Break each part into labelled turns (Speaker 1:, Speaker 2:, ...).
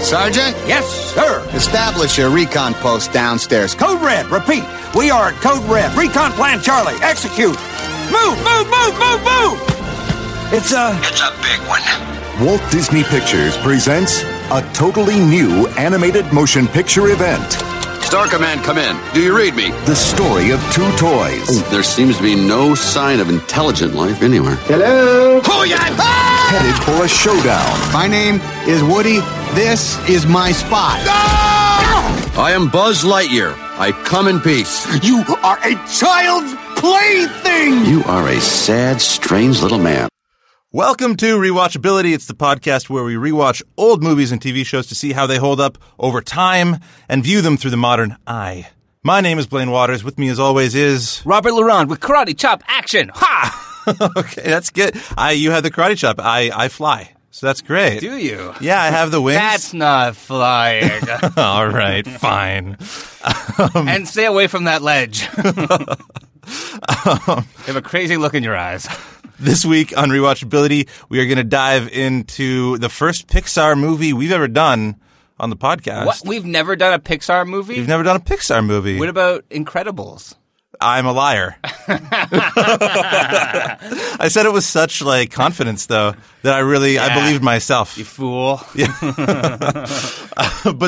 Speaker 1: Sergeant,
Speaker 2: Yes, sir.
Speaker 1: establish a recon post downstairs.
Speaker 2: Code Red, repeat. We are at Code Red. Recon Plan Charlie, execute. Move, move, move, move, move. It's a.
Speaker 3: uh,
Speaker 4: It's a big one.
Speaker 5: Walt Disney Pictures presents a totally new animated motion picture event.
Speaker 4: Star Command, come in. Do you read me?
Speaker 5: The story of two toys.
Speaker 4: There seems to be no sign of intelligent life anywhere.
Speaker 5: headed for a showdown.
Speaker 1: My name is Woody. This is my spot.
Speaker 4: I am Buzz Lightyear. I come in peace.
Speaker 1: You are a child's plaything.
Speaker 4: You are a sad, strange little man.
Speaker 6: Welcome to Rewatchability. It's the podcast where we rewatch old movies and TV shows to see how they hold up over time and view them through the modern eye. My name is Blaine Waters. With me, as always, is
Speaker 2: Robert Laurent with karate chop action. Ha!
Speaker 6: okay. That's good. I you had the karate chop. I I fly, so that's great.
Speaker 2: Do you?
Speaker 6: Yeah, I have the wings.
Speaker 3: That's not flying.
Speaker 6: all right. Fine.
Speaker 2: Um,
Speaker 3: and stay away from that ledge. you have a crazy look in your eyes.
Speaker 6: This week on Rewatchability, we are going to dive into the first Pixar movie we've ever done on the podcast.
Speaker 3: What? We've never done a Pixar movie?
Speaker 6: We've never done a Pixar movie.
Speaker 3: what about Incredibles?
Speaker 6: I'm a liar. I said it with such like confidence though that I really I
Speaker 3: Yeah.
Speaker 6: believed myself.
Speaker 3: You fool.
Speaker 6: but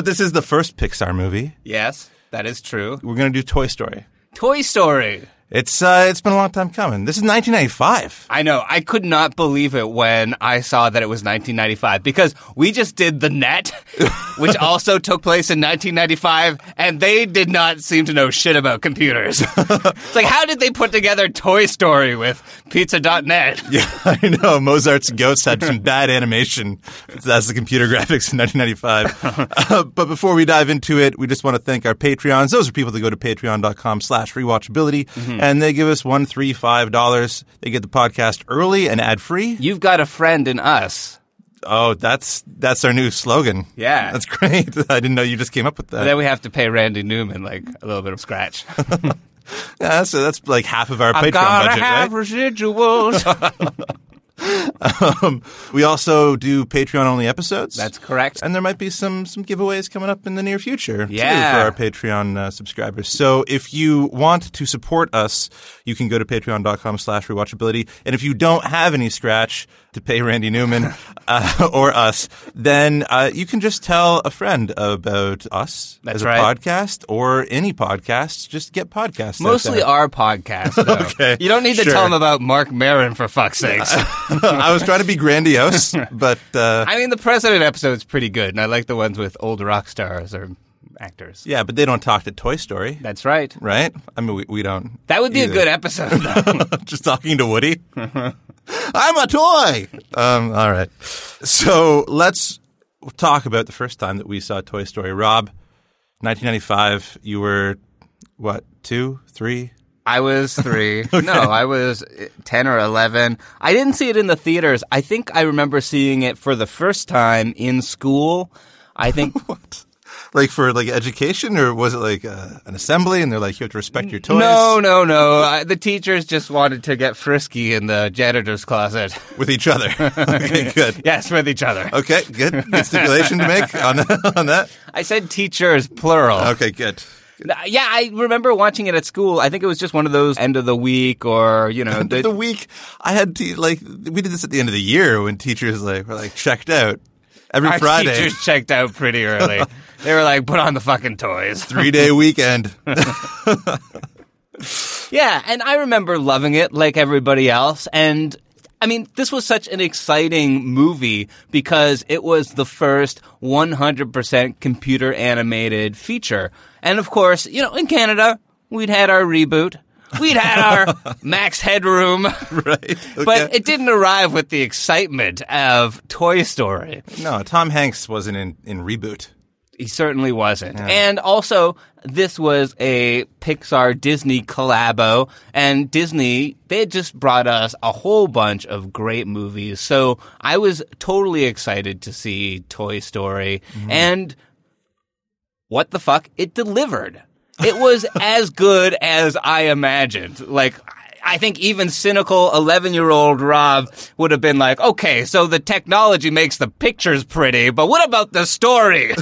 Speaker 6: this is the first Pixar movie.
Speaker 3: Yes, that is true.
Speaker 6: We're going to do Toy Story.
Speaker 3: Toy Story.
Speaker 6: It's uh, it's been a long time coming. This is 1995.
Speaker 3: I know. I could not believe it when I saw that it was 1995 because we just did The Net, which also took place in 1995, and they did not seem to know shit about computers. it's like, how did they put together Toy Story with Pizza.net?
Speaker 6: Yeah, I know. Mozart's Goats had some bad animation. That's the computer graphics in 1995. Uh, but before we dive into it, we just want to thank our Patreons. Those are people that go to patreon.com slash rewatchability,
Speaker 3: Mm-hmm.
Speaker 6: and they give us one, three, five dollars. They get the podcast early and ad-free.
Speaker 3: You've got a friend in us.
Speaker 6: Oh, that's that's our new slogan.
Speaker 3: Yeah.
Speaker 6: that's great. I didn't know you just came up with that.
Speaker 3: But then we have to pay Randy Newman like a little bit of scratch.
Speaker 6: yeah, so that's like half of our Patreon budget, right?
Speaker 3: residuals.
Speaker 6: We also do Patreon-only episodes.
Speaker 3: That's correct.
Speaker 6: And there might be some some giveaways coming up in the near future too,
Speaker 3: Yeah.
Speaker 6: for our Patreon uh, subscribers. So if you want to support us, you can go to patreon.com slash rewatchability. And if you don't have any scratch to pay Randy Newman uh, or us, then uh, you can just tell a friend about us
Speaker 3: That's
Speaker 6: as a
Speaker 3: right.
Speaker 6: podcast or any podcast. Just get podcasts. out
Speaker 3: Mostly
Speaker 6: there.
Speaker 3: our podcast. Though.
Speaker 6: Okay,
Speaker 3: You don't need to
Speaker 6: sure.
Speaker 3: tell them about Mark Marin for fuck's sakes.
Speaker 6: I was trying to be grandiose, but uh,
Speaker 3: I mean, the president episode's pretty good, and I like the ones with old rock stars or actors.
Speaker 6: yeah, but they don't talk to Toy Story,
Speaker 3: That's right.
Speaker 6: right? I mean, we, we don't.
Speaker 3: That would be
Speaker 6: either.
Speaker 3: a good episode. Though.
Speaker 6: just talking to Woody. I'm a toy. Um, all right. So let's talk about the first time that we saw Toy Story. Rob, 1995. You were what? Two, three?
Speaker 3: I was three. No, I was eh, ten or eleven. I didn't see it in the theaters. I think I remember seeing it for the first time in school. I think
Speaker 6: Like for like education, or was it like uh, an assembly? And they're like, you have to respect your toys.
Speaker 3: No, no, no. I, the teachers just wanted to get frisky in the janitor's closet.
Speaker 6: with each other. okay, good.
Speaker 3: yes, with each other.
Speaker 6: Okay, good. Good stipulation to make on on that.
Speaker 3: I said teachers, plural.
Speaker 6: Okay, good.
Speaker 3: Yeah, I remember watching it at school. I think it was just one of those end of the week or, you know,
Speaker 6: the week I had to like we did this at the end of the year when teachers like were like checked out every
Speaker 3: our
Speaker 6: Friday.
Speaker 3: teachers checked out pretty early. they were like, put on the fucking toys.
Speaker 6: Three day weekend.
Speaker 3: Yeah, and I remember loving it like everybody else. And I mean, this was such an exciting movie because it was the first 100% computer animated feature. And of course, you know, in Canada, we'd had our reboot. We'd had our Max Headroom,
Speaker 6: right.
Speaker 3: but it didn't arrive with the excitement of Toy Story.
Speaker 6: no, Tom Hanks wasn't in, in reboot.
Speaker 3: He certainly wasn't. And also, this was a Pixar Disney collabo, and Disney, they had just brought us a whole bunch of great movies. So I was totally excited to see Toy Story. And what the fuck? It delivered. It was as good as I imagined. Like, I- I think even cynical 11 year old Rob would have been like, okay, so the technology makes the pictures pretty, but what about the story?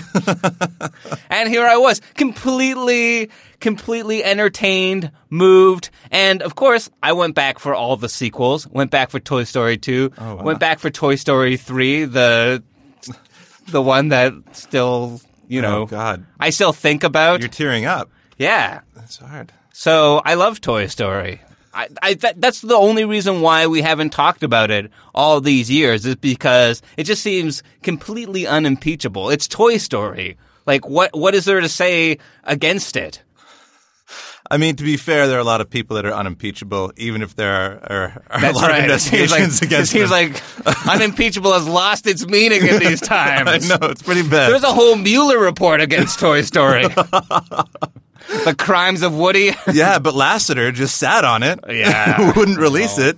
Speaker 3: and here I was, completely, completely entertained, moved, and of course, I went back for all the sequels. Went back for Toy Story 2,
Speaker 6: Oh,
Speaker 3: went back for Toy Story 3, the, the one that still, you know,
Speaker 6: Oh, God.
Speaker 3: I still think about.
Speaker 6: You're tearing up.
Speaker 3: yeah.
Speaker 6: That's hard.
Speaker 3: So I love Toy Story. I, I that, that's the only reason why we haven't talked about it all these years is because it just seems completely unimpeachable. It's Toy Story. Like what what is there to say against it?
Speaker 6: I mean, to be fair, there are a lot of people that are unimpeachable, even if there are, are, are a lot of
Speaker 3: It seems
Speaker 6: investigations
Speaker 3: like,
Speaker 6: against
Speaker 3: it seems
Speaker 6: them.
Speaker 3: like unimpeachable has lost its meaning in these times.
Speaker 6: I know it's pretty bad.
Speaker 3: There's a whole Mueller report against Toy Story. the crimes of Woody.
Speaker 6: yeah, but Lasseter just sat on it.
Speaker 3: Yeah.
Speaker 6: wouldn't release it.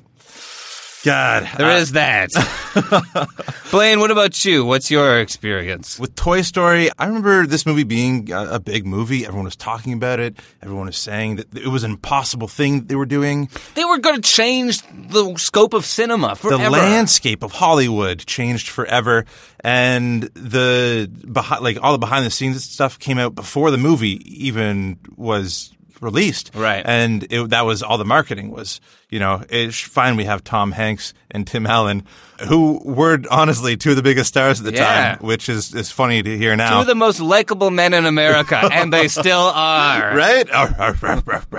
Speaker 6: God,
Speaker 3: There is that. Uh, Blaine, what about you? What's your experience?
Speaker 6: with Toy Story, I remember this movie being a, a big movie. Everyone was talking about it. Everyone was saying that it was an impossible thing they were doing.
Speaker 3: They were going to change the scope of cinema forever.
Speaker 6: The landscape of Hollywood changed forever, and the behind, like all the behind the scenes stuff came out before the movie even was released.
Speaker 3: Right.
Speaker 6: and it, that was all the marketing was. You know, it's fine. We have Tom Hanks and Tim Allen, who were honestly two of the biggest stars at the
Speaker 3: Yeah.
Speaker 6: time, which is is funny to hear
Speaker 3: Two
Speaker 6: now.
Speaker 3: of the most likable men in America, and they still are.
Speaker 6: Right? Arf, arf, arf, arf,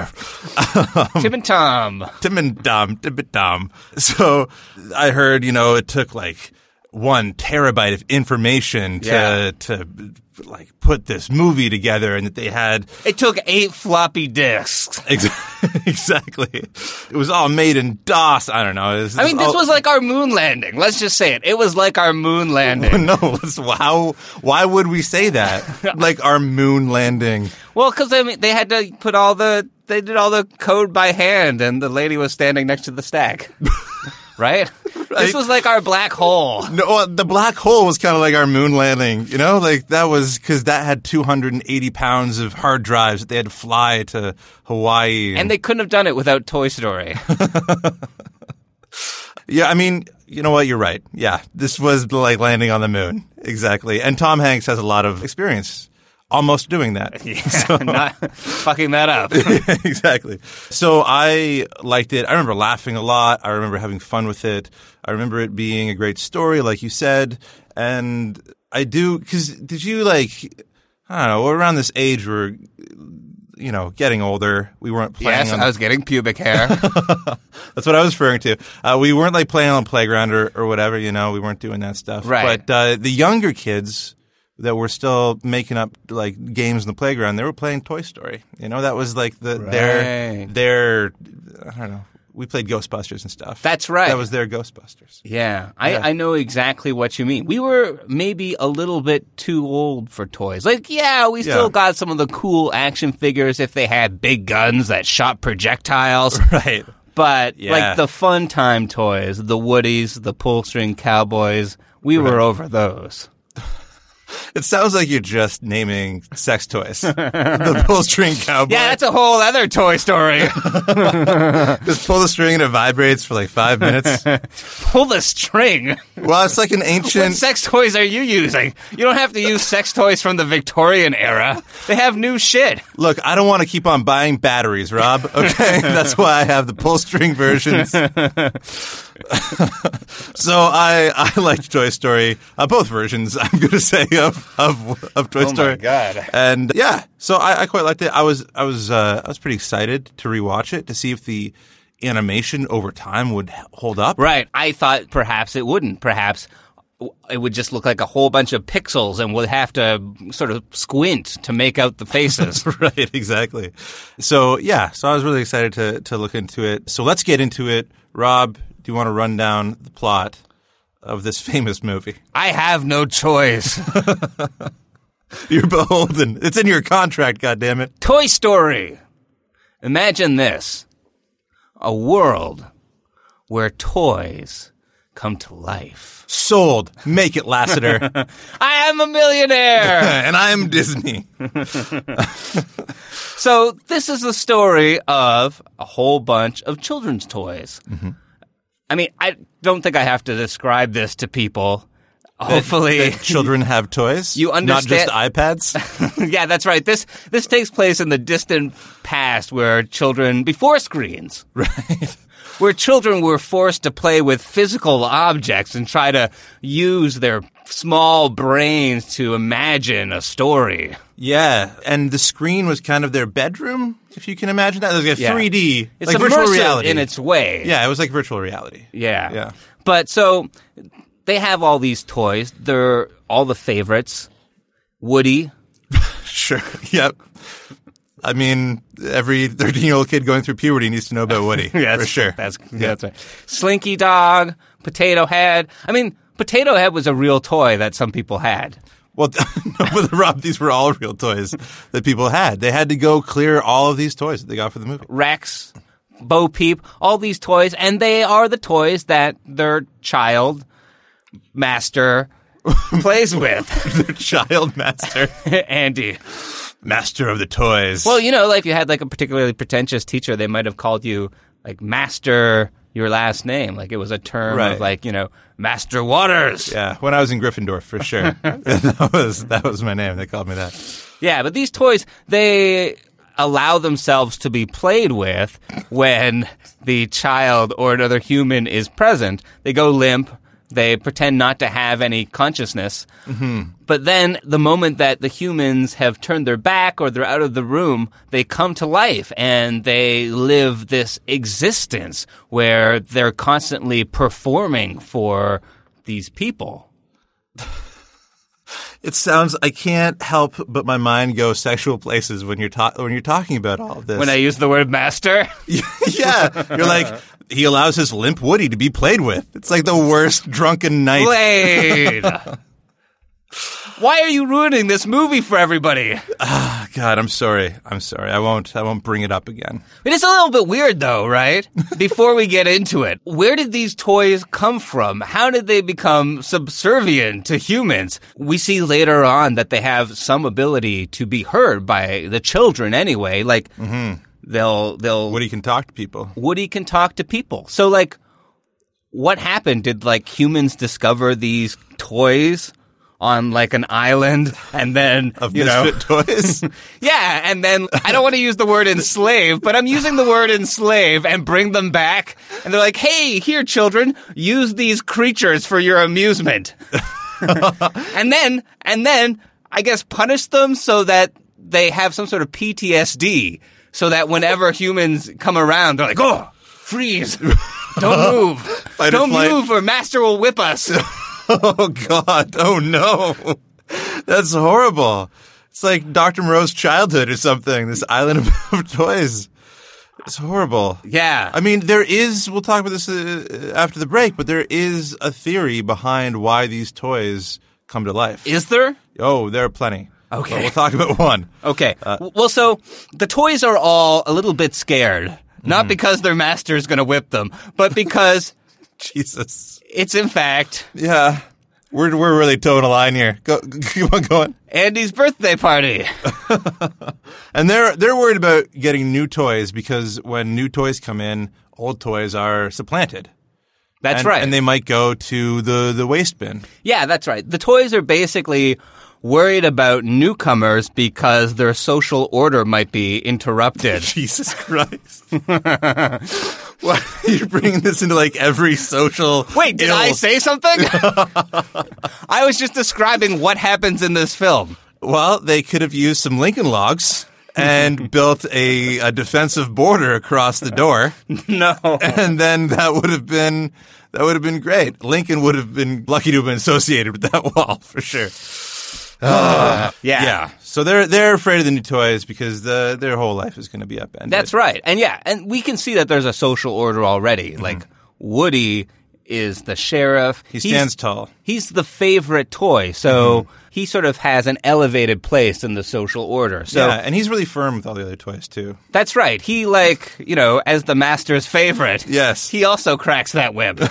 Speaker 6: arf.
Speaker 3: Tim and Tom.
Speaker 6: Tim and Dom, Tim and Dom. So I heard, you know, it took like one terabyte of information to
Speaker 3: Yeah.
Speaker 6: to like put this movie together, and that they had
Speaker 3: It took eight floppy discs.
Speaker 6: ex- exactly. It was all made in DOS. I don't know.
Speaker 3: I mean, this was like our moon landing. Let's just say it. It was like our moon landing.
Speaker 6: no. Let's, how? Why would we say that? like our moon landing.
Speaker 3: Well, because I mean, they had to put all the they did all the code by hand, and the lady was standing next to the stack. right? This was like our black hole.
Speaker 6: No, well, the black hole was kind of like our moon landing, you know? Like that was because that had 280 pounds of hard drives that they had to fly to Hawaii.
Speaker 3: And they couldn't have done it without Toy Story.
Speaker 6: yeah, I mean, you know what? You're right. Yeah, this was like landing on the moon. Exactly. And Tom Hanks has a lot of experience almost doing that.
Speaker 3: Not fucking that up.
Speaker 6: exactly. So I liked it. I remember laughing a lot. I remember having fun with it. I remember it being a great story, like you said. And I do, because did you like, I don't know, we're around this age where, you know, getting older, we weren't playing
Speaker 3: yes,
Speaker 6: on.
Speaker 3: I was getting pubic hair.
Speaker 6: that's what I was referring to. Uh, we weren't like playing on the playground or, or whatever, you know, we weren't doing that stuff.
Speaker 3: Right.
Speaker 6: But uh, the younger kids, that were still making up like games in the playground. They were playing Toy Story. You know, that was like the their
Speaker 3: Right.
Speaker 6: their I don't know. We played Ghostbusters and stuff.
Speaker 3: That's right.
Speaker 6: That was their Ghostbusters.
Speaker 3: Yeah, I, I know exactly what you mean. We were maybe a little bit too old for toys. Like, yeah, we still
Speaker 6: Yeah.
Speaker 3: got some of the cool action figures if they had big guns that shot projectiles.
Speaker 6: Right.
Speaker 3: But
Speaker 6: Yeah.
Speaker 3: like the fun time toys, the Woodies, the pull string cowboys, we were over those.
Speaker 6: It sounds like you're just naming sex toys. the pull string cowboy.
Speaker 3: Yeah, that's a whole other Toy Story.
Speaker 6: just pull the string and it vibrates for like five minutes.
Speaker 3: Pull the string.
Speaker 6: well, it's like an
Speaker 3: What
Speaker 6: ancient.
Speaker 3: sex toys are you using? You don't have to use sex toys from the Victorian era. They have new shit.
Speaker 6: Look, I don't want to keep on buying batteries, Rob. Okay, that's why I have the pull string versions. so I I liked Toy Story, uh, both versions. I'm going to say of of of Toy Story.
Speaker 3: God.
Speaker 6: And yeah, so I, I quite liked it. I was I was uh, I was pretty excited to rewatch it to see if the animation over time would h- hold up.
Speaker 3: Right. I thought perhaps it wouldn't. Perhaps w- it would just look like a whole bunch of pixels and would have to sort of squint to make out the faces.
Speaker 6: right, exactly. So yeah, so I was really excited to to look into it. So let's get into it. Rob, do you want to run down the plot of this famous movie?
Speaker 3: I have no choice.
Speaker 6: You're beholden. It's in your contract, goddammit.
Speaker 3: Toy Story. Imagine this a world where toys come to life.
Speaker 6: Sold. Make it, Lassiter.
Speaker 3: I am a millionaire.
Speaker 6: and I'm Disney.
Speaker 3: So this is the story of a whole bunch of children's toys.
Speaker 6: Mm-hmm.
Speaker 3: I mean, I don't think I have to describe this to people. Hopefully,
Speaker 6: Children have toys.
Speaker 3: You understand-
Speaker 6: Not just iPads.
Speaker 3: yeah, that's right. This this takes place in the distant past, where children before screens,
Speaker 6: right.
Speaker 3: where children were forced to play with physical objects and try to use their small brains to imagine a story.
Speaker 6: Yeah. And the screen was kind of their bedroom, if you can imagine that. It was like a
Speaker 3: Yeah.
Speaker 6: 3D.
Speaker 3: It's
Speaker 6: like
Speaker 3: immersive
Speaker 6: virtual reality.
Speaker 3: in its way.
Speaker 6: yeah, it was like virtual reality.
Speaker 3: Yeah.
Speaker 6: Yeah.
Speaker 3: But so they have all these toys. They're all the favorites. Woody.
Speaker 6: Sure. Yep. I mean, every 13 year old kid going through puberty needs to know about Woody. for sure.
Speaker 3: That's that's right. Slinky Dog, Potato Head. I mean, Potato Head was a real toy that some people had.
Speaker 6: Well, no, but Rob, these were all real toys that people had. They had to go clear all of these toys that they got for the movie.
Speaker 3: Rex, Bo Peep, all these toys, and they are the toys that their child master plays with.
Speaker 6: Their child master,
Speaker 3: Andy.
Speaker 6: master of the toys.
Speaker 3: Well, you know, like if you had like a particularly pretentious teacher, they might have called you like Master your last name. Like it was a term
Speaker 6: Right.
Speaker 3: of like, you know, Master Waters.
Speaker 6: yeah, when I was in Gryffindor, for sure, that was that was my name. They called me that.
Speaker 3: Yeah, but these toys, they allow themselves to be played with when the child or another human is present. They go limp. They pretend not to have any consciousness. But then, the moment that the humans have turned their back or they're out of the room, they come to life and they live this existence where they're constantly performing for these people.
Speaker 6: It sounds I can't help but my mind go sexual places when you're ta- when you're talking about all of this.
Speaker 3: When I use the word master,
Speaker 6: yeah, you're like he allows his limp Woody to be played with. It's like the worst drunken night.
Speaker 3: Blade. Why are you ruining this movie for everybody? It
Speaker 6: God, I'm sorry. I'm sorry. I won't. I won't bring it up again.
Speaker 3: is a little bit weird though, right? Before we get into it, where did these toys come from? How did they become subservient to humans? We see later on that they have some ability to be heard by the children anyway, like they'll they'll
Speaker 6: Woody can talk to people.
Speaker 3: Woody can talk to people. So like what happened? Did like humans discover these toys on like an island and then
Speaker 6: of
Speaker 3: you know
Speaker 6: misfit toys.
Speaker 3: Yeah, and then I don't want to use the word enslave, but I'm using the word enslave and bring them back. And they're like, hey, here, children, use these creatures for your amusement. and then, and then I guess punish them so that they have some sort of PTSD so that whenever humans come around, they're like, oh, freeze. Don't move.
Speaker 6: or
Speaker 3: Don't
Speaker 6: flight.
Speaker 3: move or master will whip us.
Speaker 6: oh God! Oh no! That's horrible. It's like Dr. Moreau's childhood or something. This island of, of toys. It's horrible.
Speaker 3: Yeah.
Speaker 6: I mean, there is. We'll talk about this uh, after the break, but there is a theory behind why these toys come to life.
Speaker 3: Is there?
Speaker 6: oh, there are plenty.
Speaker 3: Okay. Oh.
Speaker 6: But we'll talk about one.
Speaker 3: Okay.
Speaker 6: Uh,
Speaker 3: W- well, so the toys are all a little bit scared. Not
Speaker 6: Mm-hmm.
Speaker 3: because their master is going to whip them, but because
Speaker 6: Jesus.
Speaker 3: it's in fact
Speaker 6: Yeah. We're we're really toeing a line here. Go, keep on going.
Speaker 3: Andy's birthday party.
Speaker 6: And they're they're worried about getting new toys because when new toys come in, old toys are supplanted.
Speaker 3: That's
Speaker 6: And-
Speaker 3: right.
Speaker 6: And they might go to the the waste bin.
Speaker 3: Yeah, that's right. The toys are basically worried about newcomers because their social order might be interrupted.
Speaker 6: Jesus Christ! Why are you bringing this into like every social?
Speaker 3: Wait, did
Speaker 6: ill?
Speaker 3: I say something? I was just describing what happens in this film.
Speaker 6: Well, they could have used some Lincoln logs and built a, a defensive border across the door,
Speaker 3: No.
Speaker 6: and then that would have been that would have been great. Lincoln would have been lucky to have been associated with that wall for sure.
Speaker 3: Yeah.
Speaker 6: Yeah. So they're they're afraid of the new toys because the their whole life is going to be upended.
Speaker 3: That's right. And yeah, and we can see that there's a social order already. Like Woody is the sheriff.
Speaker 6: Mm-hmm. He stands tall. Mm-hmm.
Speaker 3: He's the favorite toy. So he sort of has an elevated place in the social order. So
Speaker 6: yeah, and he's really firm with all the other toys too.
Speaker 3: That's right. He like you know, as the master's favorite.
Speaker 6: Yes.
Speaker 3: He also cracks that whip.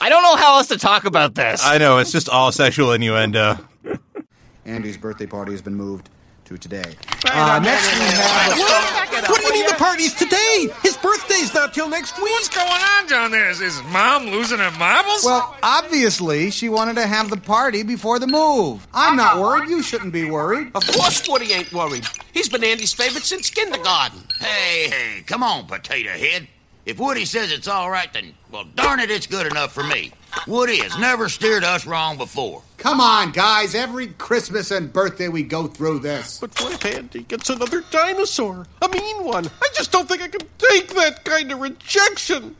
Speaker 3: I don't know how else to talk about this.
Speaker 6: I know it's just all sexual innuendo.
Speaker 7: Andy's birthday party has been moved to today.
Speaker 1: Uh, next we have. What? what do you mean the party's today? His birthday's not till next week.
Speaker 8: What's going on down there? Is, is mom losing her marbles?
Speaker 7: Well, obviously, she wanted to have the party before the move. I'm not worried. You shouldn't be worried.
Speaker 9: Of course Woody ain't worried. He's been Andy's favorite since kindergarten.
Speaker 8: hey, hey, come on, potato head. If Woody says it's all right, then, well, darn it, it's good enough for me. Woody has never steered us wrong before.
Speaker 7: Come on, guys. Every Christmas and birthday, we go through this.
Speaker 10: But what if Andy gets another dinosaur? A mean one. I just don't think I can take that kind of rejection.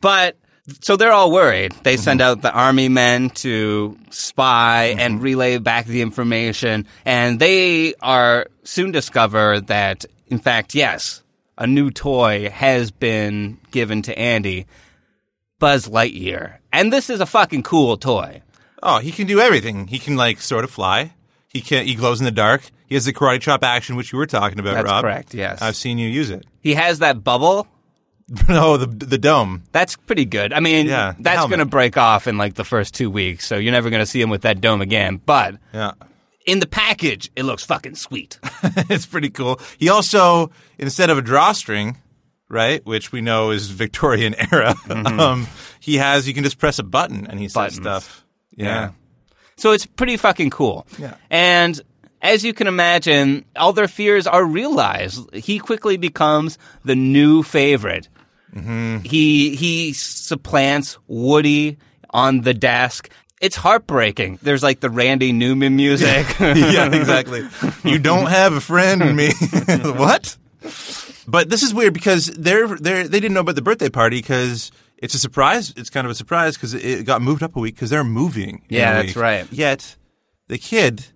Speaker 3: but so they're all worried. They send
Speaker 6: Mm-hmm.
Speaker 3: out the army men to spy and relay back the information, and they are soon discover that, in fact, yes, a new toy has been given to Andy, Buzz Lightyear, and this is a fucking cool toy.
Speaker 6: Oh, he can do everything. He can like sort of fly. He can. He glows in the dark. He has the karate chop action, which you were talking about,
Speaker 3: That's
Speaker 6: Rob.
Speaker 3: correct, yes.
Speaker 6: I've seen you use it.
Speaker 3: He has that bubble.
Speaker 6: no, the the dome.
Speaker 3: That's pretty good. I mean,
Speaker 6: Yeah, the
Speaker 3: that's
Speaker 6: helmet.
Speaker 3: going to break off in like the first two weeks, so you're never going to see him with that dome again. But
Speaker 6: Yeah,
Speaker 3: in the package, it looks fucking sweet.
Speaker 6: it's pretty cool. He also instead of a drawstring, right, which we know is Victorian era, um, he has. You can just press a button and he says
Speaker 3: Mm-hmm. Buttons.
Speaker 6: stuff.
Speaker 3: Yeah. so it's pretty fucking cool.
Speaker 6: Yeah.
Speaker 3: And as you can imagine, all their fears are realized. He quickly becomes the new favorite.
Speaker 6: Mm-hmm.
Speaker 3: He he supplants Woody on the desk. It's heartbreaking. There's like the Randy Newman music.
Speaker 6: yeah, exactly. You don't have a friend in me. what? But this is weird because they're they they didn't know about the birthday party because it's a surprise. It's kind of a surprise because it got moved up a week because they're moving. in
Speaker 3: Yeah,
Speaker 6: a
Speaker 3: that's
Speaker 6: week.
Speaker 3: right.
Speaker 6: Yet the kid.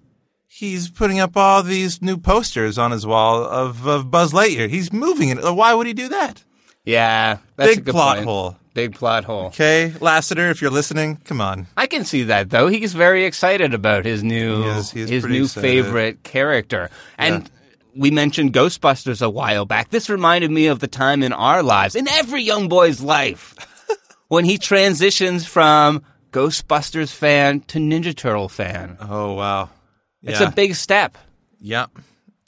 Speaker 6: He's putting up all these new posters on his wall of, of Buzz Lightyear. He's moving it. Uh, Why would he do that?
Speaker 3: yeah, that's
Speaker 6: Big
Speaker 3: a good
Speaker 6: plot
Speaker 3: point.
Speaker 6: hole.
Speaker 3: Big plot hole.
Speaker 6: Okay, Lassiter, if you're listening, come on.
Speaker 3: I can see that though. He's very excited about his new
Speaker 6: He is- he is
Speaker 3: his
Speaker 6: pretty
Speaker 3: new
Speaker 6: excited.
Speaker 3: favorite character. And we mentioned Ghostbusters a while back. This reminded me of the time in our lives, in every young boy's life, when he transitions from Ghostbusters fan to Ninja Turtle fan.
Speaker 6: Oh wow,
Speaker 3: It's
Speaker 6: yeah.
Speaker 3: a big step.
Speaker 6: Yeah.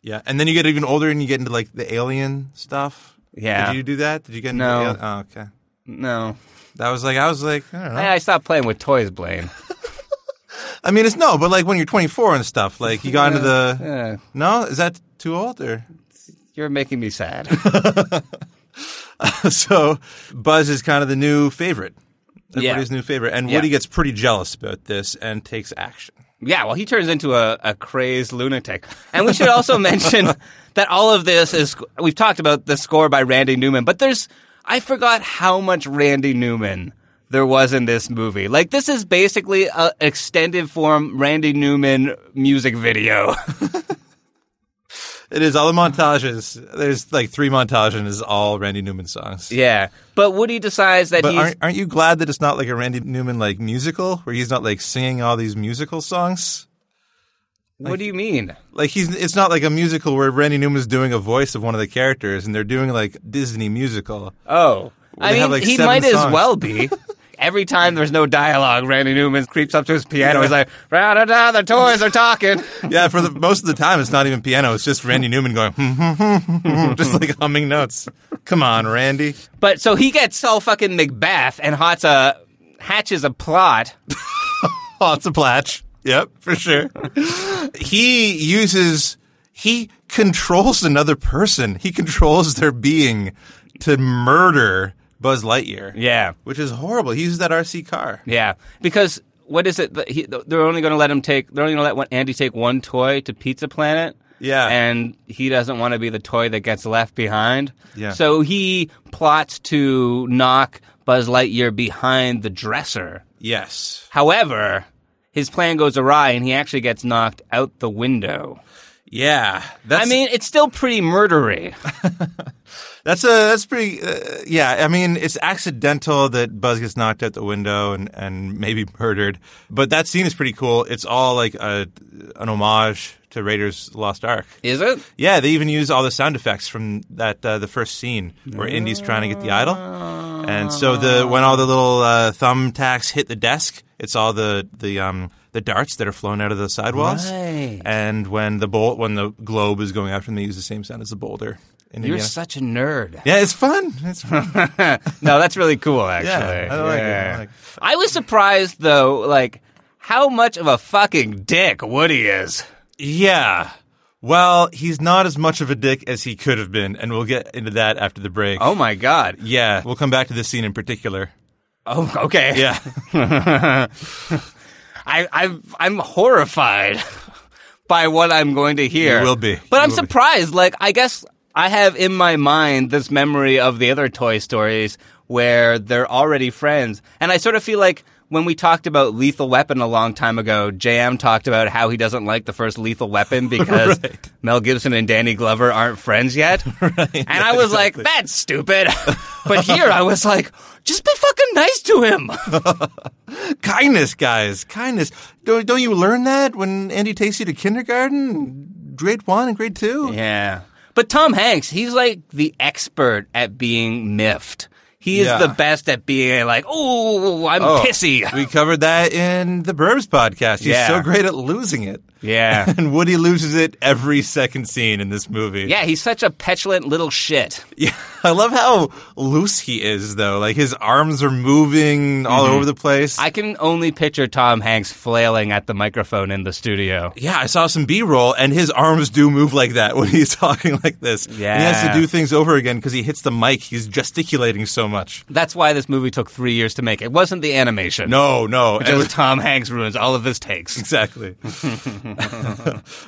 Speaker 6: Yeah. And then you get even older and you get into like the alien stuff.
Speaker 3: Yeah.
Speaker 6: Did you do that? Did you get into
Speaker 3: No.
Speaker 6: al- Oh, okay.
Speaker 3: No.
Speaker 6: That was like I was like, I don't know.
Speaker 3: I, I stopped playing with toys, Blaine.
Speaker 6: I mean, it's no, but like when you're 24 and stuff, like you got into the
Speaker 3: yeah.
Speaker 6: No, is that too old or?
Speaker 3: You're making me sad.
Speaker 6: so Buzz is kind of the new favorite. Everybody's new favorite. And
Speaker 3: Yeah.
Speaker 6: Woody gets pretty jealous about this and takes action.
Speaker 3: Yeah, well, he turns into a, a crazed lunatic. And we should also mention that all of this is, we've talked about the score by Randy Newman, but there's, I forgot how much Randy Newman there was in this movie. Like, this is basically an extended form Randy Newman music video.
Speaker 6: It is all the montages. There's like three montages and it's all Randy Newman songs.
Speaker 3: yeah. But Woody decides that
Speaker 6: But
Speaker 3: he's.
Speaker 6: aren't, aren't you glad that it's not like a Randy Newman like musical where he's not like singing all these musical songs?
Speaker 3: what do you mean?
Speaker 6: Like he's it's not like a musical where Randy Newman's doing a voice of one of the characters and they're doing like Disney musical.
Speaker 3: Oh. I
Speaker 6: They
Speaker 3: mean,
Speaker 6: have, like,
Speaker 3: he
Speaker 6: seven
Speaker 3: might as
Speaker 6: songs.
Speaker 3: well be. every time there's no dialogue, Randy Newman creeps up to his piano. He's like, "Ra da da, the toys are talking."
Speaker 6: yeah, for the most of the time, it's not even piano. It's just Randy Newman going, just like humming notes. Come on, Randy.
Speaker 3: But so he gets all fucking Macbeth and hots a, hatches a plot.
Speaker 6: hots a platch. Yep, for sure. he uses, he controls another person. He controls their being to murder Buzz Lightyear.
Speaker 3: Yeah.
Speaker 6: Which is horrible. He uses that RC car.
Speaker 3: Yeah, because what is it? that He, they're only going to let him take. They're only going to let one, Andy take one toy to Pizza Planet.
Speaker 6: Yeah.
Speaker 3: and he doesn't want to be the toy that gets left behind.
Speaker 6: Yeah.
Speaker 3: so he plots to knock Buzz Lightyear behind the dresser.
Speaker 6: Yes.
Speaker 3: However, his plan goes awry, and he actually gets knocked out the window.
Speaker 6: Yeah,
Speaker 3: I mean, it's still pretty murdery.
Speaker 6: That's a that's pretty. Uh, yeah, I mean, it's accidental that Buzz gets knocked out the window and and maybe murdered, but that scene is pretty cool. It's all like a an homage to Raiders of the Lost Ark.
Speaker 3: Is it?
Speaker 6: Yeah, they even use all the sound effects from that uh, the first scene where Indy's trying to get the idol, and so the when all the little uh, thumbtacks hit the desk, it's all the the um the darts that are flown out of the sidewalls,
Speaker 3: Right.
Speaker 6: and when the bolt when the globe is going after them, they use the same sound as the boulder. in
Speaker 3: You're
Speaker 6: Indiana.
Speaker 3: such a nerd.
Speaker 6: Yeah, it's fun. It's fun.
Speaker 3: no, that's really cool, actually.
Speaker 6: I like it. I like
Speaker 3: I was surprised, though, like, how much of a fucking dick Woody is.
Speaker 6: yeah. Well, he's not as much of a dick as he could have been, and we'll get into that after the break.
Speaker 3: Oh, my God.
Speaker 6: Yeah, we'll come back to this scene in particular.
Speaker 3: Oh, okay.
Speaker 6: Yeah.
Speaker 3: I, I, I'm horrified by what I'm going to hear.
Speaker 6: You will be.
Speaker 3: But
Speaker 6: You
Speaker 3: I'm
Speaker 6: will be.
Speaker 3: surprised. Like, I guess I have in my mind this memory of the other Toy Stories where they're already friends. And I sort of feel like when we talked about Lethal Weapon a long time ago, JM talked about how he doesn't like the first Lethal Weapon because Mel Gibson and Danny Glover aren't friends yet. And I was like, that's stupid. but here I was like, just be fucking nice to him.
Speaker 6: kindness, guys, kindness. Don't, don't you learn that when Andy takes you to kindergarten, grade one and grade two?
Speaker 3: Yeah. But Tom Hanks, he's like the expert at being miffed. He is
Speaker 6: Yeah.
Speaker 3: the best at being like, oh, I'm
Speaker 6: Oh,
Speaker 3: pissy.
Speaker 6: we covered that in the Burbs podcast. He's
Speaker 3: Yeah.
Speaker 6: so great at losing it.
Speaker 3: Yeah.
Speaker 6: And Woody loses it every second scene in this movie.
Speaker 3: yeah, he's such a petulant little shit.
Speaker 6: Yeah, I love how loose he is, though. Like his arms are moving all over the place.
Speaker 3: Mm-hmm. I can only picture Tom Hanks flailing at the microphone in the studio.
Speaker 6: yeah, I saw some B-roll, and his arms do move like that when he's talking like this.
Speaker 3: Yeah.
Speaker 6: he has to do things over again because he hits the mic. He's gesticulating so much.
Speaker 3: That's why this movie took three years to make. It wasn't the animation.
Speaker 6: No, no,
Speaker 3: Which is Tom Hanks ruins all of his takes.
Speaker 6: exactly.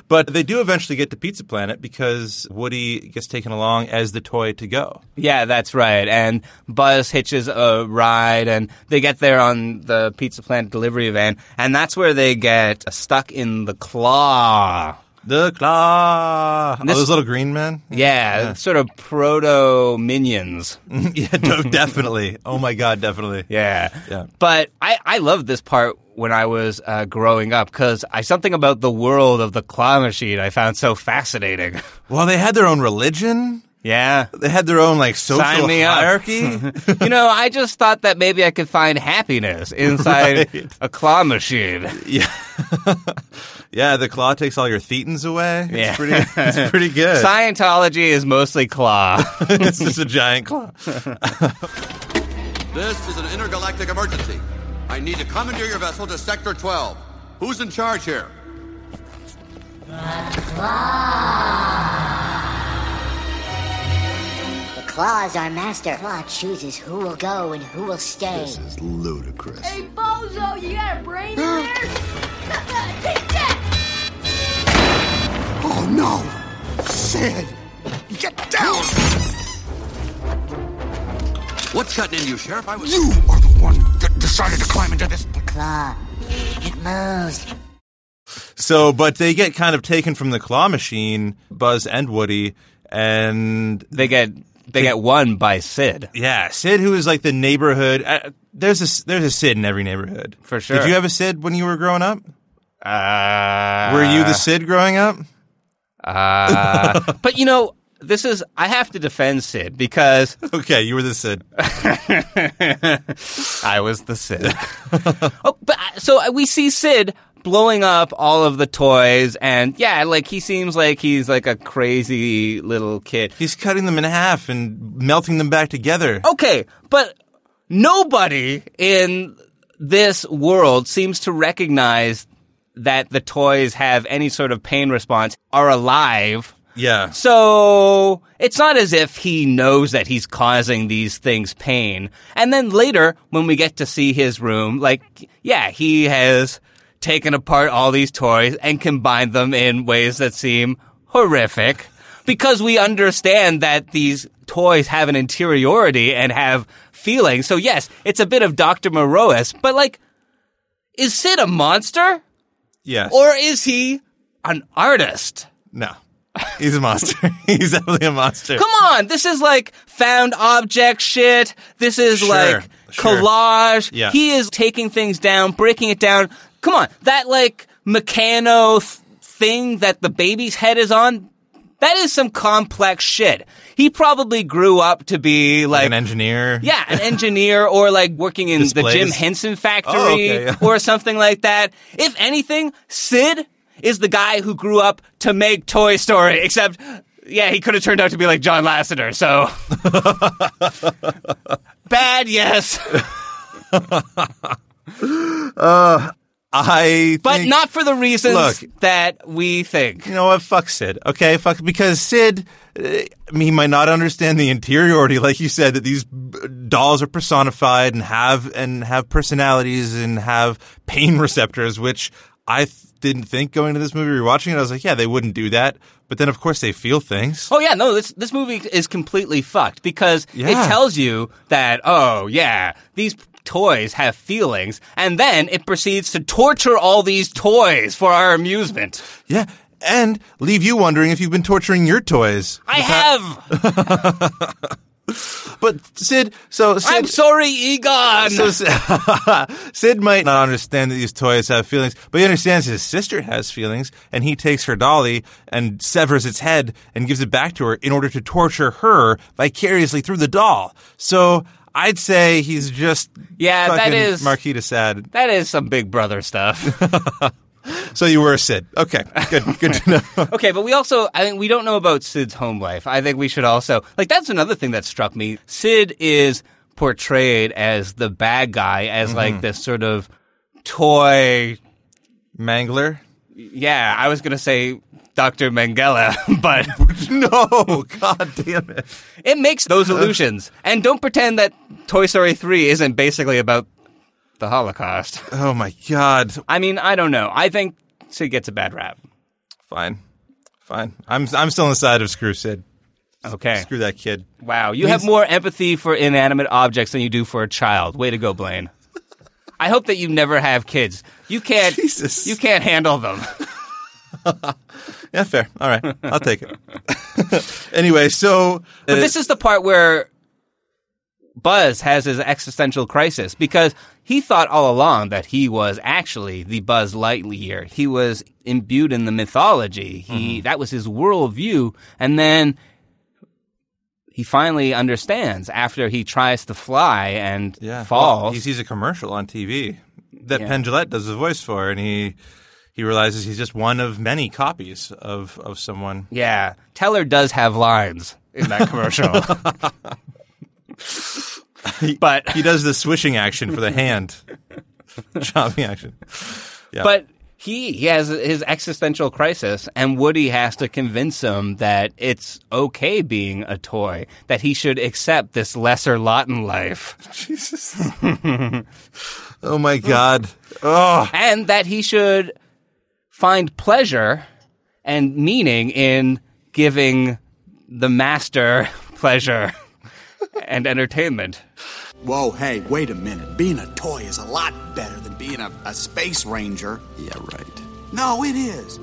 Speaker 6: but they do eventually get to Pizza Planet because Woody gets taken along as the toy to go.
Speaker 3: Yeah, that's right. And Buzz hitches a ride, and they get there on the Pizza Planet delivery van, and that's where they get stuck in the claw.
Speaker 6: The claw, oh,
Speaker 3: This-
Speaker 6: those little green men.
Speaker 3: Yeah, sort of proto minions.
Speaker 6: yeah, no, definitely. Oh my god, definitely.
Speaker 3: Yeah.
Speaker 6: Yeah.
Speaker 3: But I, I loved this part when I was uh, growing up because I something about the world of the claw machine I found so fascinating.
Speaker 6: Well, they had their own religion.
Speaker 3: yeah.
Speaker 6: They had their own like social
Speaker 3: Sign me up.
Speaker 6: hierarchy.
Speaker 3: you know, I just thought that maybe I could find happiness inside
Speaker 6: Right.
Speaker 3: a claw machine.
Speaker 6: yeah, yeah. The claw takes all your thetans away. It's
Speaker 3: Yeah.
Speaker 6: pretty. It's pretty good.
Speaker 3: Scientology is mostly claw.
Speaker 6: it's just a giant claw.
Speaker 11: This is an intergalactic emergency. I need to commandeer your vessel to Sector 12. Who's in charge here?
Speaker 12: The Claw is our master. Claw chooses who will go and who will stay. This is ludicrous.
Speaker 13: Hey, Bozo, you got a brain in there? Take that!
Speaker 11: Oh no! Sid! Get down! What's cutting into you, Sheriff? I was. You are the one that decided to climb into this.
Speaker 12: The Claw. It moves.
Speaker 6: So, but they get kind of taken from the claw machine, Buzz and Woody, and
Speaker 3: they get they get won by Sid.
Speaker 6: Yeah, Sid, who is like the neighborhood. Uh, there's a there's a Sid in every neighborhood for
Speaker 3: sure.
Speaker 6: Did you have a Sid when you were growing up?
Speaker 3: Uh,
Speaker 6: were you the Sid growing up?
Speaker 3: Uh, but you know, this is I have to defend Sid because
Speaker 6: okay, you were the Sid.
Speaker 3: I was the Sid. oh, but I- so I- we see Sid blowing up all of the toys, and yeah, like he seems like he's like a crazy little kid.
Speaker 6: He's cutting them in half and melting them back together.
Speaker 3: Okay, but nobody in this world seems to recognize that the toys have any sort of pain response, are alive.
Speaker 6: Yeah.
Speaker 3: So it's not as if he knows that he's causing these things pain. And then later, when we get to see his room, like, yeah, he has taken apart all these toys and combined them in ways that seem horrific because we understand that these toys have an interiority and have feelings. So yes, it's a bit of Dr. Moroas, but like, is Sid a monster?
Speaker 6: Yes.
Speaker 3: Or is he an artist?
Speaker 6: No. He's a monster. He's definitely a monster.
Speaker 3: Come on, this is like found object shit. This is
Speaker 6: Sure,
Speaker 3: like
Speaker 6: sure.
Speaker 3: collage.
Speaker 6: Yeah.
Speaker 3: He is taking things down, breaking it down. Come on, that like mechano th- thing that the baby's head is on. That is some complex shit. He probably grew up to be like,
Speaker 6: an engineer.
Speaker 3: yeah, an engineer or like working in
Speaker 6: Displays.
Speaker 3: the Jim Henson factory
Speaker 6: Oh, okay, yeah.
Speaker 3: or something like that. If anything, Sid is the guy who grew up to make Toy Story, except, yeah, he could have turned out to be like John Lasseter, so. Bad, yes.
Speaker 6: Uh, I.
Speaker 3: But
Speaker 6: think-
Speaker 3: not for the reasons
Speaker 6: Look.
Speaker 3: that we think.
Speaker 6: You know what? Fuck Sid. Okay, fuck because Sid. uh, I mean, he might not understand the interiority, like you said, that these b- dolls are personified and have and have personalities and have pain receptors, which I th- didn't think going to this movie. Rewatching it, I was like, yeah, they wouldn't do that. But then, of course, they feel things.
Speaker 3: Oh yeah, no, this this movie is completely fucked because
Speaker 6: Yeah.
Speaker 3: it tells you that oh yeah, these toys have feelings and then it proceeds to torture all these toys for our amusement.
Speaker 6: Yeah, and leave you wondering if you've been torturing your toys.
Speaker 3: I have
Speaker 6: But Sid, so Sid,
Speaker 3: I'm sorry Egon.
Speaker 6: So Sid, Sid might not understand that these toys have feelings, but he understands his sister has feelings, and he takes her dolly and severs its head and gives it back to her in order to torture her vicariously through the doll. So I'd say he's just
Speaker 3: Yeah, that
Speaker 6: fucking
Speaker 3: is-
Speaker 6: Marquita sad.
Speaker 3: that is some big brother stuff.
Speaker 6: So you were Sid. Okay, good, good to know.
Speaker 3: okay, but we also I think we don't know about Sid's home life. I think we should also like that's another thing that struck me. Sid is portrayed as the bad guy as like
Speaker 6: Mhm.
Speaker 3: this sort of toy
Speaker 6: Mangler.
Speaker 3: Yeah, I was gonna say Dr. Mengele, but
Speaker 6: no, god damn it.
Speaker 3: It makes those illusions. And don't pretend that Toy Story 3 isn't basically about the Holocaust.
Speaker 6: Oh my god.
Speaker 3: I mean, I don't know. I think Sid gets a bad rap.
Speaker 6: Fine, fine. I'm I'm still on the side of screw Sid.
Speaker 3: Okay.
Speaker 6: Screw that kid.
Speaker 3: Wow, you have more empathy for inanimate objects than you do for a child. Way to go, Blaine. I hope that you never have kids. You can't you can't handle them.
Speaker 6: Yeah, fair. All right, I'll take it. anyway, so
Speaker 3: But this is the part where Buzz has his existential crisis because he thought all along that he was actually the Buzz Lightyear. He was imbued in the mythology. He that was his worldview, and then he finally understands after he tries to fly and falls.
Speaker 6: Well, he sees a commercial on TV that
Speaker 3: Yeah.
Speaker 6: Penn Jillette does the voice for, and he he realizes he's just one of many copies of of someone.
Speaker 3: yeah, Teller does have lines in that commercial. but
Speaker 6: he does the swishing action for the hand, chopping action. Yeah.
Speaker 3: But he, he has his existential crisis, and Woody has to convince him that it's okay being a toy, that he should accept this lesser lot in life.
Speaker 6: Jesus. oh my God. Oh.
Speaker 3: And that he should find pleasure and meaning in giving the master pleasure and entertainment.
Speaker 14: Whoa, hey, wait a minute. Being a toy is a lot better than being a, a space ranger. Yeah, right. No, it is.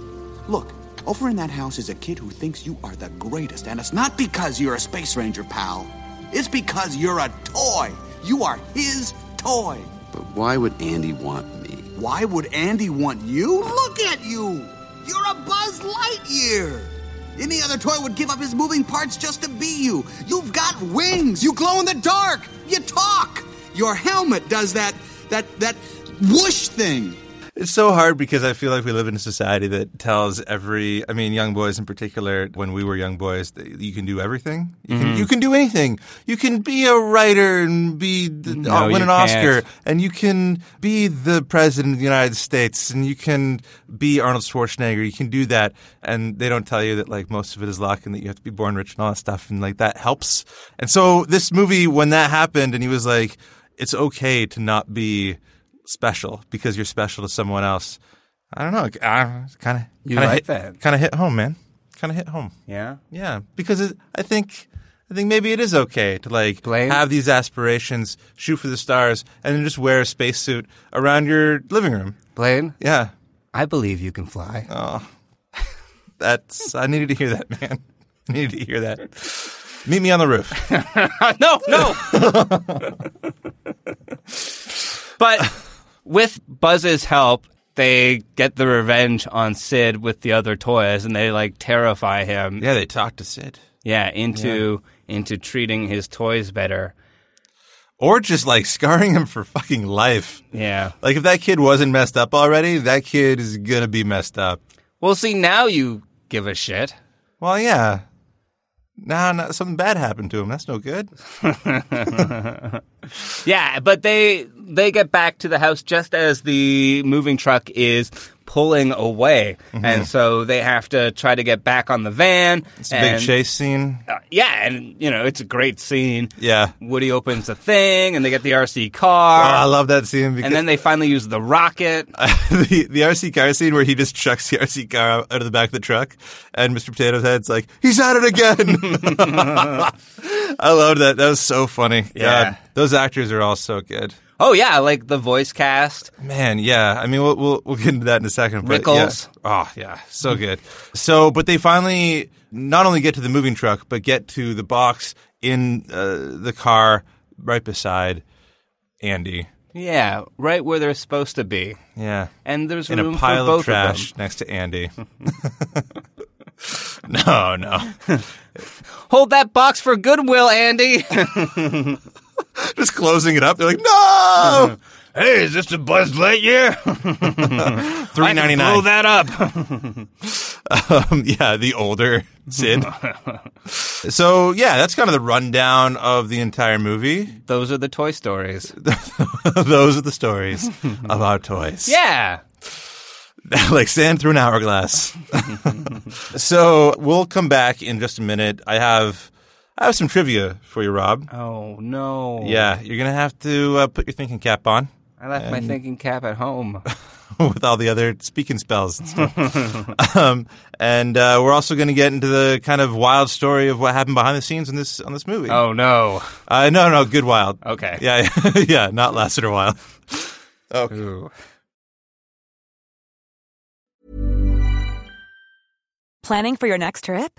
Speaker 14: Look, over in that house is a kid who thinks you are the greatest, and it's not because you're a space ranger, pal. It's because you're a toy. You are his toy.
Speaker 15: But why would Andy want me?
Speaker 14: Why would Andy want you? Look at you! You're a Buzz Lightyear! Any other toy would give up his moving parts just to be you. You've got wings. You glow in the dark. You talk. Your helmet does that that that whoosh thing.
Speaker 6: It's so hard because I feel like we live in a society that tells every, I mean, young boys in particular, when we were young boys, that you can do everything. You,
Speaker 1: Mhm.
Speaker 6: can, you can do anything. You can be a writer and be the,
Speaker 1: No,
Speaker 6: win
Speaker 1: you
Speaker 6: an Oscar,
Speaker 1: can't.
Speaker 6: and you can be the president of the United States, and you can be Arnold Schwarzenegger. You can do that, and they don't tell you that like most of it is luck, and that you have to be born rich and all that stuff, and like that helps. And so this movie, when that happened, and he was like, "It's okay to not be." special because you're special to someone else. I don't know. Kind of, kind
Speaker 1: You
Speaker 6: of
Speaker 1: like
Speaker 6: hit,
Speaker 1: that.
Speaker 6: Kind of hit home, man. Kind of hit home.
Speaker 3: Yeah,
Speaker 6: yeah. Because it, I think, I think maybe it is okay to like have these aspirations, shoot for the stars, and then just wear a spacesuit around your living room.
Speaker 3: Blaine.
Speaker 6: Yeah,
Speaker 3: I believe you can fly.
Speaker 6: Oh, that's. I needed to hear that, man. I needed to hear that. Meet me on the roof.
Speaker 3: no, no. but with Buzz's help, they get the revenge on Sid with the other toys, and they like terrify him.
Speaker 6: Yeah, they talk to Sid.
Speaker 3: Yeah, into into treating his toys better.
Speaker 6: or just like scarring him for fucking life.
Speaker 3: Yeah.
Speaker 6: Like if that kid wasn't messed up already, that kid is gonna be messed up.
Speaker 3: Well, see, now you give a shit.
Speaker 6: Well, yeah. Now, now something bad happened to him. That's no good.
Speaker 3: Yeah, but they they get back to the house just as the moving truck is pulling away,
Speaker 6: Mhm.
Speaker 3: and so they have to try to get back on the van.
Speaker 6: It's a big
Speaker 3: and-
Speaker 6: chase scene.
Speaker 3: Uh, yeah, and you know it's a great scene.
Speaker 6: Yeah,
Speaker 3: Woody opens the thing, and they get the RC car.
Speaker 6: Oh, I love that scene because
Speaker 3: and then they finally use the rocket.
Speaker 6: the, the RC car scene where he just chucks the RC car out of the back of the truck, and Mr. Potato's Head's like, "He's at it again." I loved that. That was so funny.
Speaker 3: Yeah.
Speaker 6: God, those actors are all so good.
Speaker 3: Oh yeah, like the voice cast.
Speaker 6: Man, yeah. I mean, we'll we'll, we'll get into that in a second. But
Speaker 3: Rickles.
Speaker 6: Yeah. Oh, yeah. So good. So, but they finally not only get to the moving truck, but get to the box in uh, the car right beside Andy.
Speaker 3: Yeah, right where they're supposed to be.
Speaker 6: Yeah.
Speaker 3: and there's
Speaker 6: in
Speaker 3: room
Speaker 6: a pile
Speaker 3: for both
Speaker 6: of trash next to Andy. no, no.
Speaker 3: Hold that box for Goodwill, Andy.
Speaker 6: Just closing it up. They're like, no.
Speaker 3: hey, is this the Buzz Lightyear?
Speaker 6: Three ninety nine.
Speaker 3: Blow that up.
Speaker 6: um, yeah, the older Sid. so yeah, that's kind of the rundown of the entire movie.
Speaker 3: Those are the toy stories.
Speaker 6: Those are the stories about toys.
Speaker 3: yeah.
Speaker 6: like sand through an hourglass. so we'll come back in just a minute. I have I have some trivia for you, Rob.
Speaker 3: Oh no.
Speaker 6: Yeah, you're gonna have to uh, put your thinking cap on.
Speaker 3: I left my
Speaker 6: And-
Speaker 3: thinking cap at home.
Speaker 6: with all the other speaking spells and stuff. um, and uh, we're also going to get into the kind of wild story of what happened behind the scenes in this on this movie.
Speaker 3: Oh, no!
Speaker 6: Uh, no, no, good wild.
Speaker 3: Okay.
Speaker 6: Yeah, yeah, not Lassiter Wild. Okay.
Speaker 16: Planning for your next trip?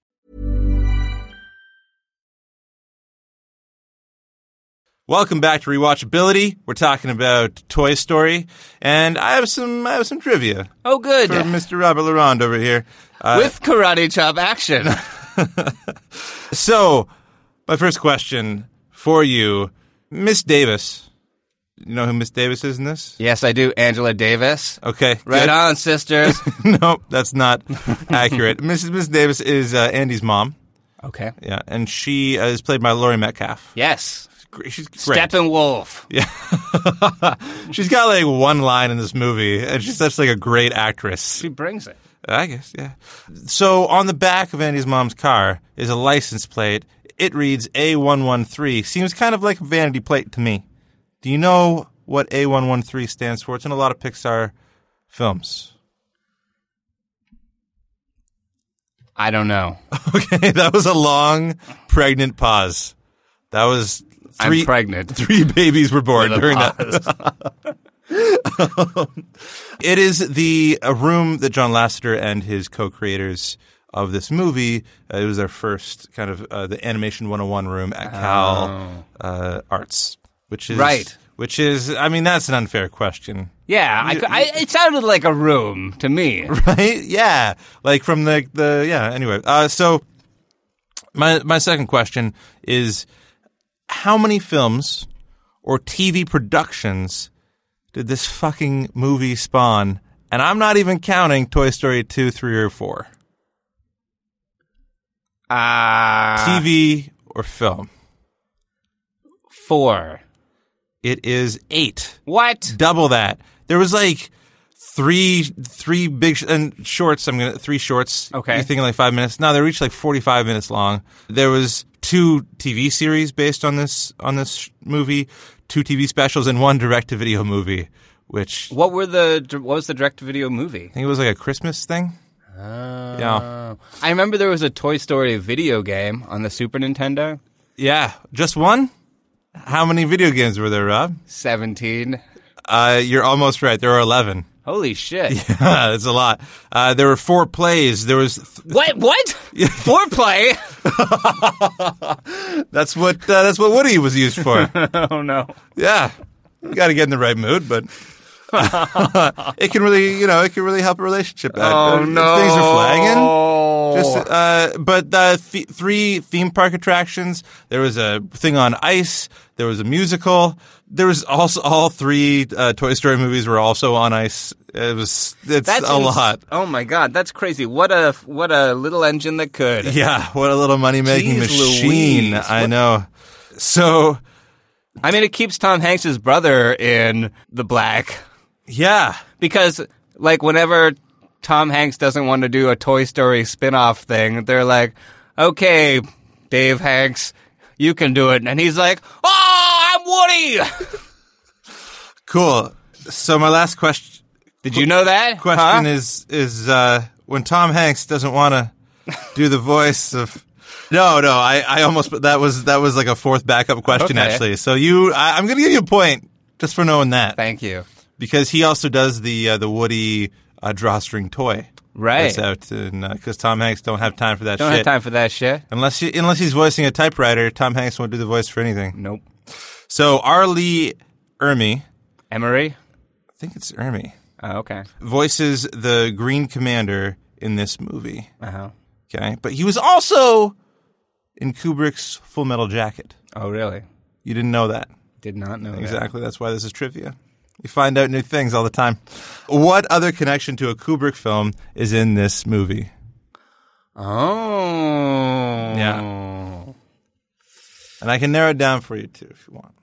Speaker 6: Welcome back to Rewatchability. We're talking about Toy Story, and I have some I have some trivia.
Speaker 3: Oh, good.
Speaker 6: for Mr. Robert Laurent over here Uh,
Speaker 3: With karate chop action.
Speaker 6: So, my first question for you, Miss Davis. You know who Miss Davis is in this?
Speaker 3: Yes, I do. Angela Davis.
Speaker 6: Okay.
Speaker 3: Right
Speaker 6: good.
Speaker 3: on, sisters.
Speaker 6: nope, that's not accurate. Mrs. Miss Davis is uh, Andy's mom.
Speaker 3: Okay.
Speaker 6: Yeah, and she uh, is played by Laurie Metcalf.
Speaker 3: Yes.
Speaker 6: She's great.
Speaker 3: Steppenwolf.
Speaker 6: Yeah. she's got like one line in this movie, and she's such like a great actress. She
Speaker 3: brings it.
Speaker 6: I guess, yeah. So on the back of Andy's mom's car is a license plate. It reads A113. Seems kind of like a vanity plate to me. Do you know what A113 stands for? It's in a lot of Pixar films.
Speaker 3: I don't know.
Speaker 6: Okay, that was a long pregnant pause. That was
Speaker 3: I'm
Speaker 6: three
Speaker 3: pregnant.
Speaker 6: Three babies were born
Speaker 3: With a
Speaker 6: during
Speaker 3: pause.
Speaker 6: that. Um, it is the a room that John Lasseter and his co-creators of this movie. Uh, it was their first kind of uh, the animation 101 room at Cal uh, Arts, which is
Speaker 3: Right.
Speaker 6: Which is, I mean, that's an unfair question.
Speaker 3: Yeah, I, cou- I- it sounded like a room to me.
Speaker 6: right? Yeah, like from the the yeah. Anyway, uh, so my my second question is, how many films or TV productions did this fucking movie spawn? And I'm not even counting Toy Story two, three, or four,
Speaker 3: Ah,
Speaker 6: TV or film.
Speaker 3: Four.
Speaker 6: It is eight.
Speaker 3: What?
Speaker 6: Double that. There was like three three big sh- and shorts. I'm gonna three shorts. Okay. You thinking like five minutes? No, they reached like 45 minutes long. There was two TV series based on this on this sh- movie, two TV specials, and one direct to video movie, which
Speaker 3: What were the what was the direct video movie?
Speaker 6: I think it was like a Christmas thing.
Speaker 3: yeah. I remember there was a Toy Story video game on the Super Nintendo.
Speaker 6: Yeah, just one. How many video games were there, Rob?
Speaker 3: Seventeen.
Speaker 6: Uh, you're almost right. There were 11.
Speaker 3: Holy shit!
Speaker 6: Yeah, that's a lot. Uh, there were four plays. There was
Speaker 3: What? What? Foreplay?
Speaker 6: That's what uh, that's what Woody was used for.
Speaker 3: oh no!
Speaker 6: Yeah, you got to get in the right mood, but it can really, you know, it can really help a relationship.
Speaker 3: Oh,
Speaker 6: If
Speaker 3: no.
Speaker 6: things are flagging. Just, uh, but uh, th- three theme park attractions. There was a thing on ice. There was a musical. There was also all three uh, Toy Story movies were also on ice. It was it's
Speaker 3: That's
Speaker 6: a
Speaker 3: ins-
Speaker 6: lot.
Speaker 3: Oh my god, that's crazy! What a what a little engine that could.
Speaker 6: Yeah, what a little money making
Speaker 3: Jeez
Speaker 6: machine.
Speaker 3: Louise,
Speaker 6: I
Speaker 3: what-
Speaker 6: know. So
Speaker 3: I mean, it keeps Tom Hanks's brother in the black.
Speaker 6: Yeah,
Speaker 3: because like whenever Tom Hanks doesn't want to do a Toy Story spin-off thing, they're like, "Okay, Dave Hanks, you can do it," and he's like, "Oh, I'm Woody."
Speaker 6: Cool. So my last question.
Speaker 3: Did you know that?
Speaker 6: Question
Speaker 3: Huh?
Speaker 6: is is uh, when Tom Hanks doesn't want to do the voice of. No, no. I, I almost that was that was like a fourth backup question
Speaker 3: Okay.
Speaker 6: actually. So you, I, I'm going to give you a point just for knowing that.
Speaker 3: Thank you.
Speaker 6: Because he also does the uh, the Woody uh, drawstring toy.
Speaker 3: Right.
Speaker 6: That's out because Tom Hanks don't have time for that.
Speaker 3: Don't
Speaker 6: shit.
Speaker 3: have time for that shit.
Speaker 6: Unless you, unless he's voicing a typewriter, Tom Hanks won't do the voice for anything.
Speaker 3: Nope.
Speaker 6: So R. Lee Ermey,
Speaker 3: Emery,
Speaker 6: I think it's Ermey,
Speaker 3: Oh, okay.
Speaker 6: voices the Green Commander in this movie.
Speaker 3: Uh-huh.
Speaker 6: Okay, but he was also in Kubrick's Full Metal Jacket.
Speaker 3: Oh, really?
Speaker 6: You didn't know that?
Speaker 3: Did not know that.
Speaker 6: exactly. That's why this is trivia. You find out new things all the time. What other connection to a Kubrick film is in this movie?
Speaker 3: Oh.
Speaker 6: Yeah. And I can narrow it down for you too if you want.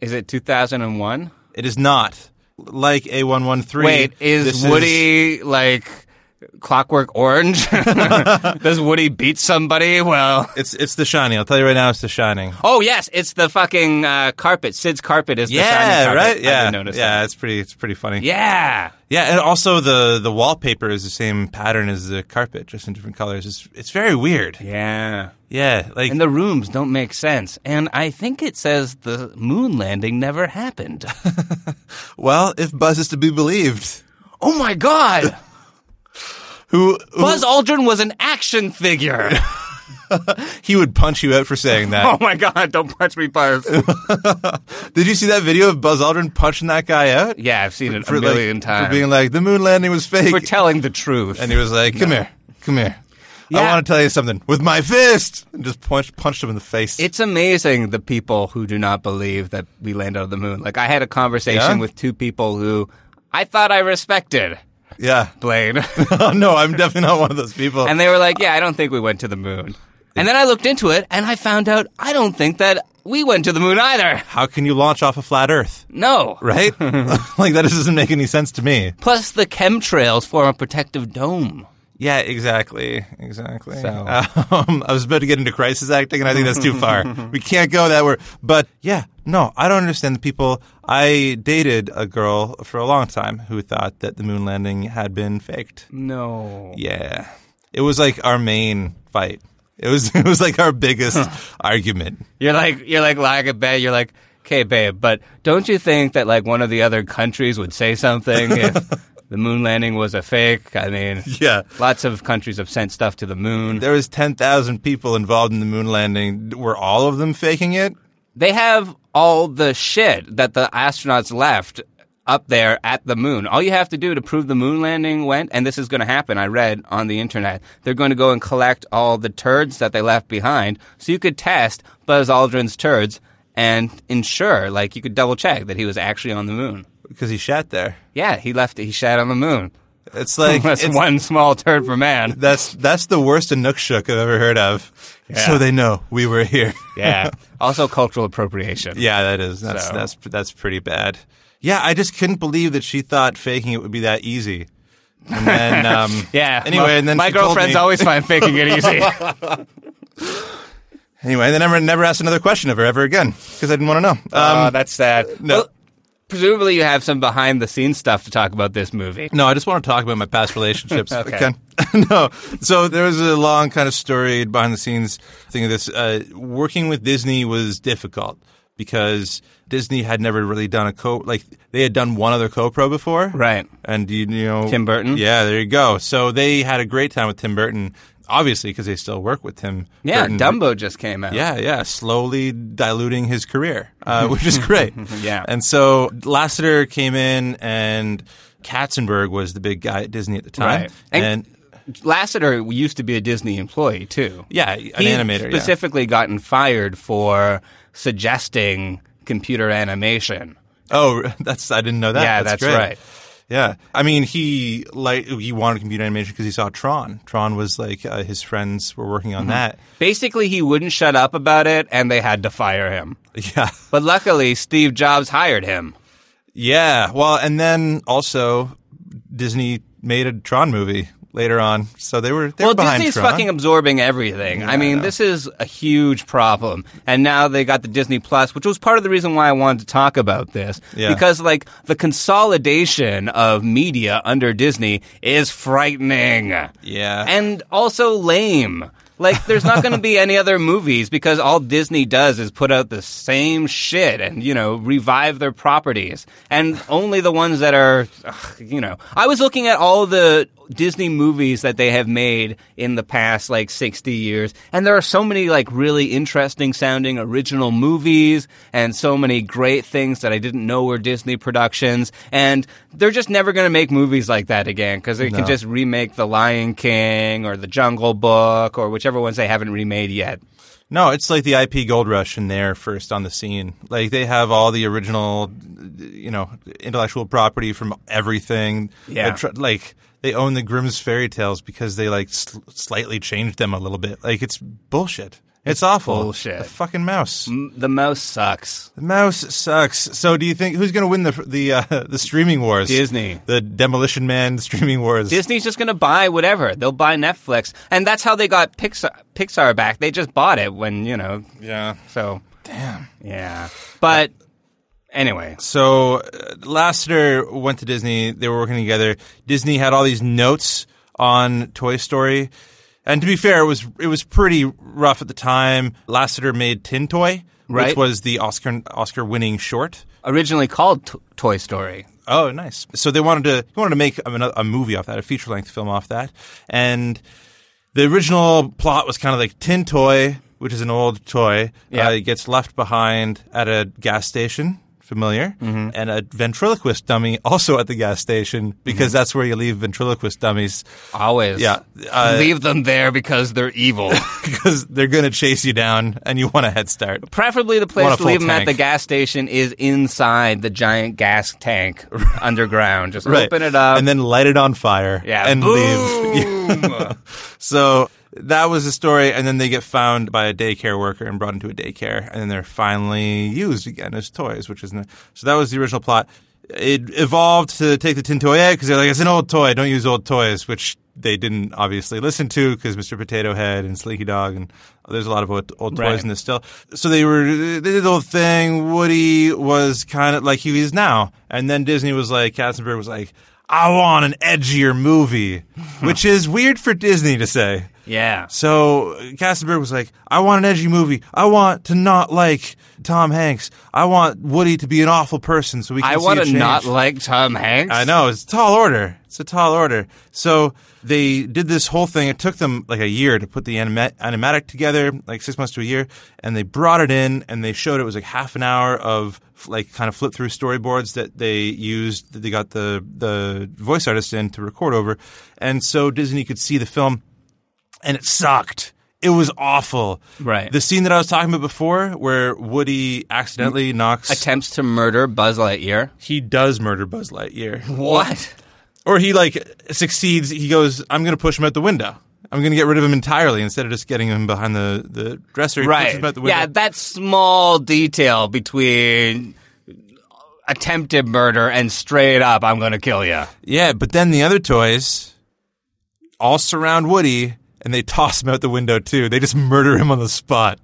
Speaker 3: Is it 2001?
Speaker 6: It is not like A113.
Speaker 3: Wait, is
Speaker 6: this
Speaker 3: Woody like Clockwork Orange? Does Woody beat somebody? Well,
Speaker 6: It's it's The Shining. I'll tell you right now, it's The Shining.
Speaker 3: Oh yes, it's the fucking uh, carpet. Sid's carpet is the
Speaker 6: yeah,
Speaker 3: shining carpet.
Speaker 6: right. Yeah,
Speaker 3: I didn't notice
Speaker 6: yeah.
Speaker 3: that.
Speaker 6: It's pretty. It's pretty funny.
Speaker 3: Yeah.
Speaker 6: yeah, and also the the wallpaper is the same pattern as the carpet, just in different colors. It's it's very weird.
Speaker 3: Yeah.
Speaker 6: Yeah, like
Speaker 3: and the rooms don't make sense. And I think it says the moon landing never happened.
Speaker 6: Well, if Buzz is to be believed,
Speaker 3: oh my god.
Speaker 6: who, who-
Speaker 3: Buzz Aldrin was an action figure.
Speaker 6: he would punch you out for
Speaker 3: oh
Speaker 6: saying that.
Speaker 3: my god, don't punch me, Buzz.
Speaker 6: Did you see that video of Buzz Aldrin punching that guy out?
Speaker 3: yeah, I've seen it a
Speaker 6: like-
Speaker 3: million times.
Speaker 6: for being like the moon landing was fake,
Speaker 3: For telling the truth.
Speaker 6: and he was like, "Come here, come here." I
Speaker 3: Yeah.
Speaker 6: want to tell you something with my fist, and just punched punched him in the face.
Speaker 3: It's amazing the people who do not believe that we landed on the moon. Like I had a conversation
Speaker 6: Yeah?
Speaker 3: with two people who I thought I respected,
Speaker 6: yeah,
Speaker 3: Blaine.
Speaker 6: no, I'm definitely not one of those people.
Speaker 3: and they were like, "Yeah, I don't think we went to the moon." And then I looked into it and I found out I don't think that we went to the moon either.
Speaker 6: How can you launch off a flat Earth?
Speaker 3: No.
Speaker 6: Right? like that doesn't make any sense to me.
Speaker 3: Plus the chemtrails form a protective dome.
Speaker 6: Yeah, exactly, exactly.
Speaker 3: So-
Speaker 6: Um, I was about to get into crisis acting, and I think that's too far. we can't go that way. But yeah, no, I don't understand the people. I dated a girl
Speaker 3: Mm.
Speaker 6: for a long time who thought that the moon landing had been faked.
Speaker 3: No.
Speaker 6: Yeah, It was like our main fight. It was it was like our biggest argument.
Speaker 3: You're like you're like lying in bed. You're like, okay, babe, but don't you think that like one of the other countries would say something if the moon landing was a fake? I mean,
Speaker 6: yeah,
Speaker 3: lots of countries have sent stuff to the moon.
Speaker 6: There was ten thousand people involved in the moon landing. Were all of them faking it?
Speaker 3: They have all the shit that the astronauts left up there at the moon. All you have to do to prove the moon landing went, and this is going to happen, I read on the internet, they're going to go and collect all the turds that they left behind. So you could test Buzz Aldrin's turds and ensure, like, you could double check that he was actually on the moon.
Speaker 6: Because he shat there.
Speaker 3: Yeah, he left, he shat on the moon.
Speaker 6: It's like
Speaker 3: That's
Speaker 6: it's-
Speaker 3: one small turd per man.
Speaker 6: That's that's the worst Inuk shook I've ever heard of.
Speaker 3: Yeah.
Speaker 6: So they know we were here.
Speaker 3: yeah. Also, cultural appropriation.
Speaker 6: Yeah, that is. That's
Speaker 3: So-
Speaker 6: that's that's pretty bad. Yeah, I just couldn't believe that she thought faking it would be that easy. And then, um,
Speaker 3: yeah.
Speaker 6: Anyway,
Speaker 3: my,
Speaker 6: and then
Speaker 3: my
Speaker 6: she told
Speaker 3: girlfriends
Speaker 6: me- Um,
Speaker 3: always find faking it easy.
Speaker 6: Anyway, and then I never, never asked another question of her ever again because I didn't want to know. Um,
Speaker 3: Oh, that's sad.
Speaker 6: No.
Speaker 3: Well, presumably, you have some behind the scenes stuff to talk about this movie.
Speaker 6: No, I just want to talk about my past relationships.
Speaker 3: Okay.
Speaker 6: Ken. no. So there was a long kind of story behind the scenes thing of this. Uh, working with Disney was difficult because Disney had never really done a co like they had done one other co-pro before.
Speaker 3: Right.
Speaker 6: And you, you know
Speaker 3: Tim Burton?
Speaker 6: Yeah, there you go. So they had a great time with Tim Burton. Obviously, because they still work with Tim.
Speaker 3: Yeah,
Speaker 6: Burton.
Speaker 3: Dumbo just came out.
Speaker 6: Yeah, yeah, slowly diluting his career, uh, which is great.
Speaker 3: Yeah.
Speaker 6: And so Lasseter came in, and Katzenberg was the big guy at Disney at the time.
Speaker 3: Right. And, Lasseter used to be a Disney employee too.
Speaker 6: Yeah, an
Speaker 3: he
Speaker 6: animator, yeah.
Speaker 3: Specifically, gotten fired for suggesting computer animation.
Speaker 6: oh, that's I didn't know that.
Speaker 3: Yeah, that's
Speaker 6: great.
Speaker 3: right.
Speaker 6: Yeah, I mean, he like he wanted computer animation because he saw Tron. Tron was like uh, his friends were working
Speaker 3: Mm-hmm.
Speaker 6: on that.
Speaker 3: Basically, he wouldn't shut up about it, and they had to fire him.
Speaker 6: Yeah.
Speaker 3: But luckily, Steve Jobs hired him.
Speaker 6: Yeah, well, and then also Disney made a Tron movie later on, so they were they
Speaker 3: well,
Speaker 6: were behind
Speaker 3: Disney's
Speaker 6: Tron.
Speaker 3: fucking absorbing everything. I mean, this is a huge problem. And now they got the Disney Plus, which was part of the reason why I wanted to talk about this.
Speaker 6: Yeah.
Speaker 3: Because, like, the consolidation of media under Disney is frightening.
Speaker 6: Yeah.
Speaker 3: And also lame. Like, there's not going to be any other movies because all Disney does is put out the same shit and, you know, revive their properties. And only the ones that are, ugh, you know. I was looking at all the Disney movies that they have made in the past, like, 60 years, and there are so many, like, really interesting sounding original movies and so many great things that I didn't know were Disney productions. And they're just never going to make movies like that again because they
Speaker 6: No.
Speaker 3: can just remake The Lion King or The Jungle Book or whichever ones they haven't remade yet.
Speaker 6: No, it's like the IP Gold Rush and they're first on the scene. Like they have all the original, you know, intellectual property from everything.
Speaker 3: Yeah.
Speaker 6: I tr- like they own the Grimm's fairy tales because they like sl- slightly changed them a little bit. Like it's bullshit. It's, awful.
Speaker 3: bullshit. Mm.
Speaker 6: The fucking mouse.
Speaker 3: the mouse sucks.
Speaker 6: The mouse sucks. So do you think who's going to win the the uh, the streaming wars?
Speaker 3: Disney.
Speaker 6: The Demolition Man streaming wars.
Speaker 3: Disney's just going to buy whatever. They'll buy Netflix. And that's how they got Pixar, Pixar back. They just bought it when, you know.
Speaker 6: Yeah.
Speaker 3: So. Damn. Yeah. But anyway.
Speaker 6: So uh, Lasseter went to Disney. They were working together. Disney had all these notes on Toy Story, and to be fair, it was it was pretty rough at the time. Lasseter made Tin Toy, which
Speaker 3: Right.
Speaker 6: was the Oscar Oscar winning short.
Speaker 3: Originally called T- Toy Story.
Speaker 6: Oh, nice. So they wanted to they wanted to make a, a movie off that, a feature length film off that, and the original plot was kind of like Tin Toy, which is an old toy,
Speaker 3: Yeah.
Speaker 6: uh, gets left behind at a gas station. Familiar,
Speaker 3: Mm-hmm.
Speaker 6: and a ventriloquist dummy also at the gas station because
Speaker 3: Mm-hmm.
Speaker 6: that's where you leave ventriloquist dummies.
Speaker 3: Always.
Speaker 6: Yeah, uh,
Speaker 3: Leave them there because they're evil.
Speaker 6: because they're going to chase you down, and you want a head start.
Speaker 3: Preferably the
Speaker 6: Want
Speaker 3: place
Speaker 6: a
Speaker 3: to
Speaker 6: full
Speaker 3: leave them at the
Speaker 6: tank.
Speaker 3: gas station is inside the giant gas tank underground. Just
Speaker 6: Right.
Speaker 3: open it up.
Speaker 6: and then light it on fire
Speaker 3: Yeah,
Speaker 6: and
Speaker 3: boom.
Speaker 6: leave. so that was the story, and then they get found by a daycare worker and brought into a daycare, and then they're finally used again as toys, which isn't. So that was the original plot. It evolved to take the tin toy out because they're like, it's an old toy, don't use old toys, which they didn't obviously listen to because Mr. Potato Head and Slinky Dog and there's a lot of old, old toys
Speaker 3: Right.
Speaker 6: in this still. So they were they did the whole thing. Woody was kind of like he is now, and then Disney was like Katzenberg was like, I want an edgier movie, which is weird for Disney to say.
Speaker 3: Yeah.
Speaker 6: So Katzenberg was like, I want an edgy movie. I want to not like Tom Hanks. I want Woody to be an awful person so we can
Speaker 3: I
Speaker 6: see
Speaker 3: want to
Speaker 6: it change."
Speaker 3: not like Tom Hanks.
Speaker 6: I know it's a tall order. It's a tall order. So they did this whole thing. It took them like a year to put the anima- animatic together, like six months to a year, and they brought it in and they showed it was like half an hour of f- like kind of flip through storyboards that they used. that They got the the voice artist in to record over, and so Disney could see the film, and it sucked. It was awful.
Speaker 3: Right.
Speaker 6: The scene that I was talking about before, where Woody accidentally knocks
Speaker 3: attempts to murder Buzz Lightyear.
Speaker 6: He does murder Buzz Lightyear.
Speaker 3: What?
Speaker 6: Or he like succeeds. He goes, "I'm going to push him out the window. I'm going to get rid of him entirely instead of just getting him behind the the dresser." He pushes him out the window.
Speaker 3: Yeah, that small detail between attempted murder and straight up, I'm going to kill you.
Speaker 6: Yeah, but then the other toys all surround Woody and they toss him out the window too. They just murder him on the spot.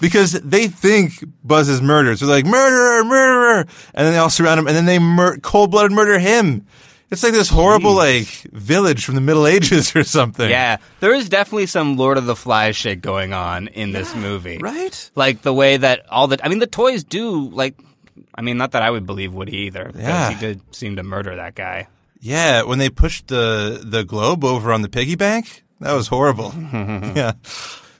Speaker 6: because they think Buzz is murdered. So they're like, murderer, murderer. And then they all surround him and then they mur- cold blooded murder him. It's like this horrible, like, village from the Middle Ages or something.
Speaker 3: Yeah, there is definitely some Lord of the Flies shit going on in this movie,
Speaker 6: right?
Speaker 3: Like the way that all the, I mean, the toys do like, I mean, not that I would believe Woody either, because
Speaker 6: Yeah.
Speaker 3: he did seem to murder that guy.
Speaker 6: Yeah, when they pushed the the globe over on the piggy bank, that was horrible. yeah.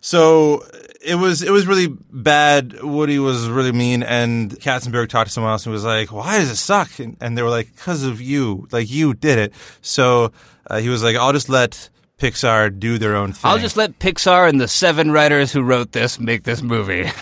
Speaker 6: So it was it was really bad. Woody was really mean, and Katzenberg talked to someone else and was like, "Why does it suck?" And, and they were like, "Cause of you. Like you did it." So uh, he was like, "I'll just let Pixar do their own thing."
Speaker 3: I'll just let Pixar and the seven writers who wrote this make this movie.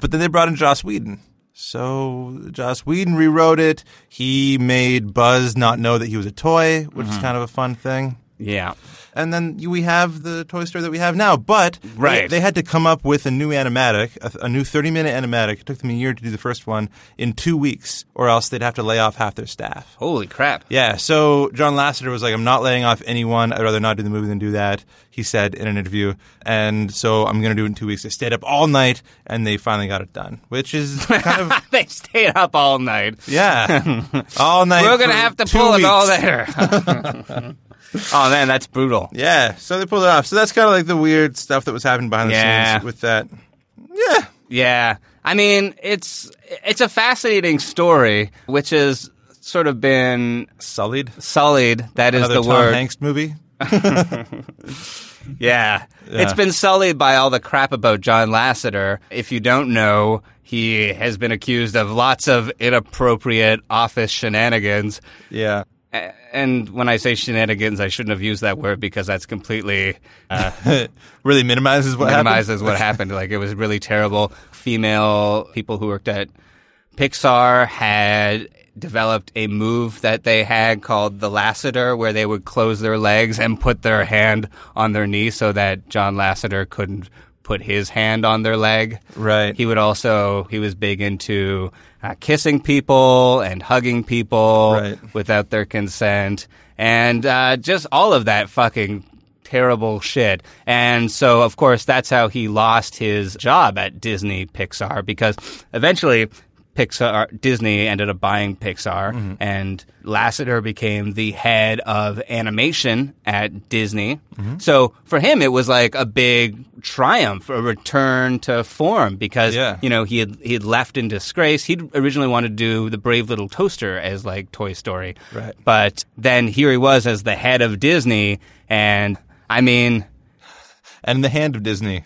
Speaker 6: But then they brought in Joss Whedon. So Joss Whedon rewrote it. He made Buzz not know that he was a toy, which is
Speaker 3: Mhm.
Speaker 6: kind of a fun thing.
Speaker 3: Yeah.
Speaker 6: And then you- we have the Toy Story that we have now, but they-
Speaker 3: Right.
Speaker 6: they, had to come up with a new animatic, a, a new 30 minute animatic. It took them a year to do the first one in two weeks, or else they'd have to lay off half their staff.
Speaker 3: Holy crap.
Speaker 6: Yeah, so John Lasseter was like, I'm not laying off anyone. I'd rather not do the movie than do that, he said in an interview. And so I'm going to do it in two weeks. They stayed up all night and they finally got it done, which is kind of.
Speaker 3: they stayed up all night.
Speaker 6: Yeah. all night.
Speaker 3: We're gonna
Speaker 6: for
Speaker 3: have to
Speaker 6: two
Speaker 3: pull it all
Speaker 6: weeks.
Speaker 3: there. oh man, that's brutal.
Speaker 6: Yeah, so they pulled it off. So that's kind of like the weird stuff that was happening behind the
Speaker 3: Yeah.
Speaker 6: scenes with that.
Speaker 3: Yeah. I mean, it's it's a fascinating story, which has sort of been
Speaker 6: sullied.
Speaker 3: Sullied. That is
Speaker 6: Another
Speaker 3: the
Speaker 6: Tom
Speaker 3: word.
Speaker 6: Hanks movie.
Speaker 3: Yeah. It's been sullied by all the crap about John Lasseter. If you don't know, he has been accused of lots of inappropriate office shenanigans.
Speaker 6: Yeah.
Speaker 3: And when I say shenanigans, I shouldn't have used that word because that's completely uh,
Speaker 6: really minimizes what happened?
Speaker 3: minimizes what happened. Like it was really terrible. Female people who worked at Pixar had developed a move that they had called the Lassiter, where they would close their legs and put their hand on their knee so that John Lasseter couldn't put his hand on their leg.
Speaker 6: Right.
Speaker 3: He would also he was big into uh, kissing people and hugging people without their consent and uh, just all of that fucking terrible shit. And so of course that's how he lost his job at Disney Pixar because eventually Pixar Disney ended up buying Pixar and Lasseter became the head of animation at Disney. So for him it was like a big triumph, a return to form because you know he had he had left in disgrace. He'd originally wanted to do the Brave Little Toaster as like Toy Story.
Speaker 6: Right.
Speaker 3: But then here he was as the head of Disney and I mean
Speaker 6: and the hand of Disney.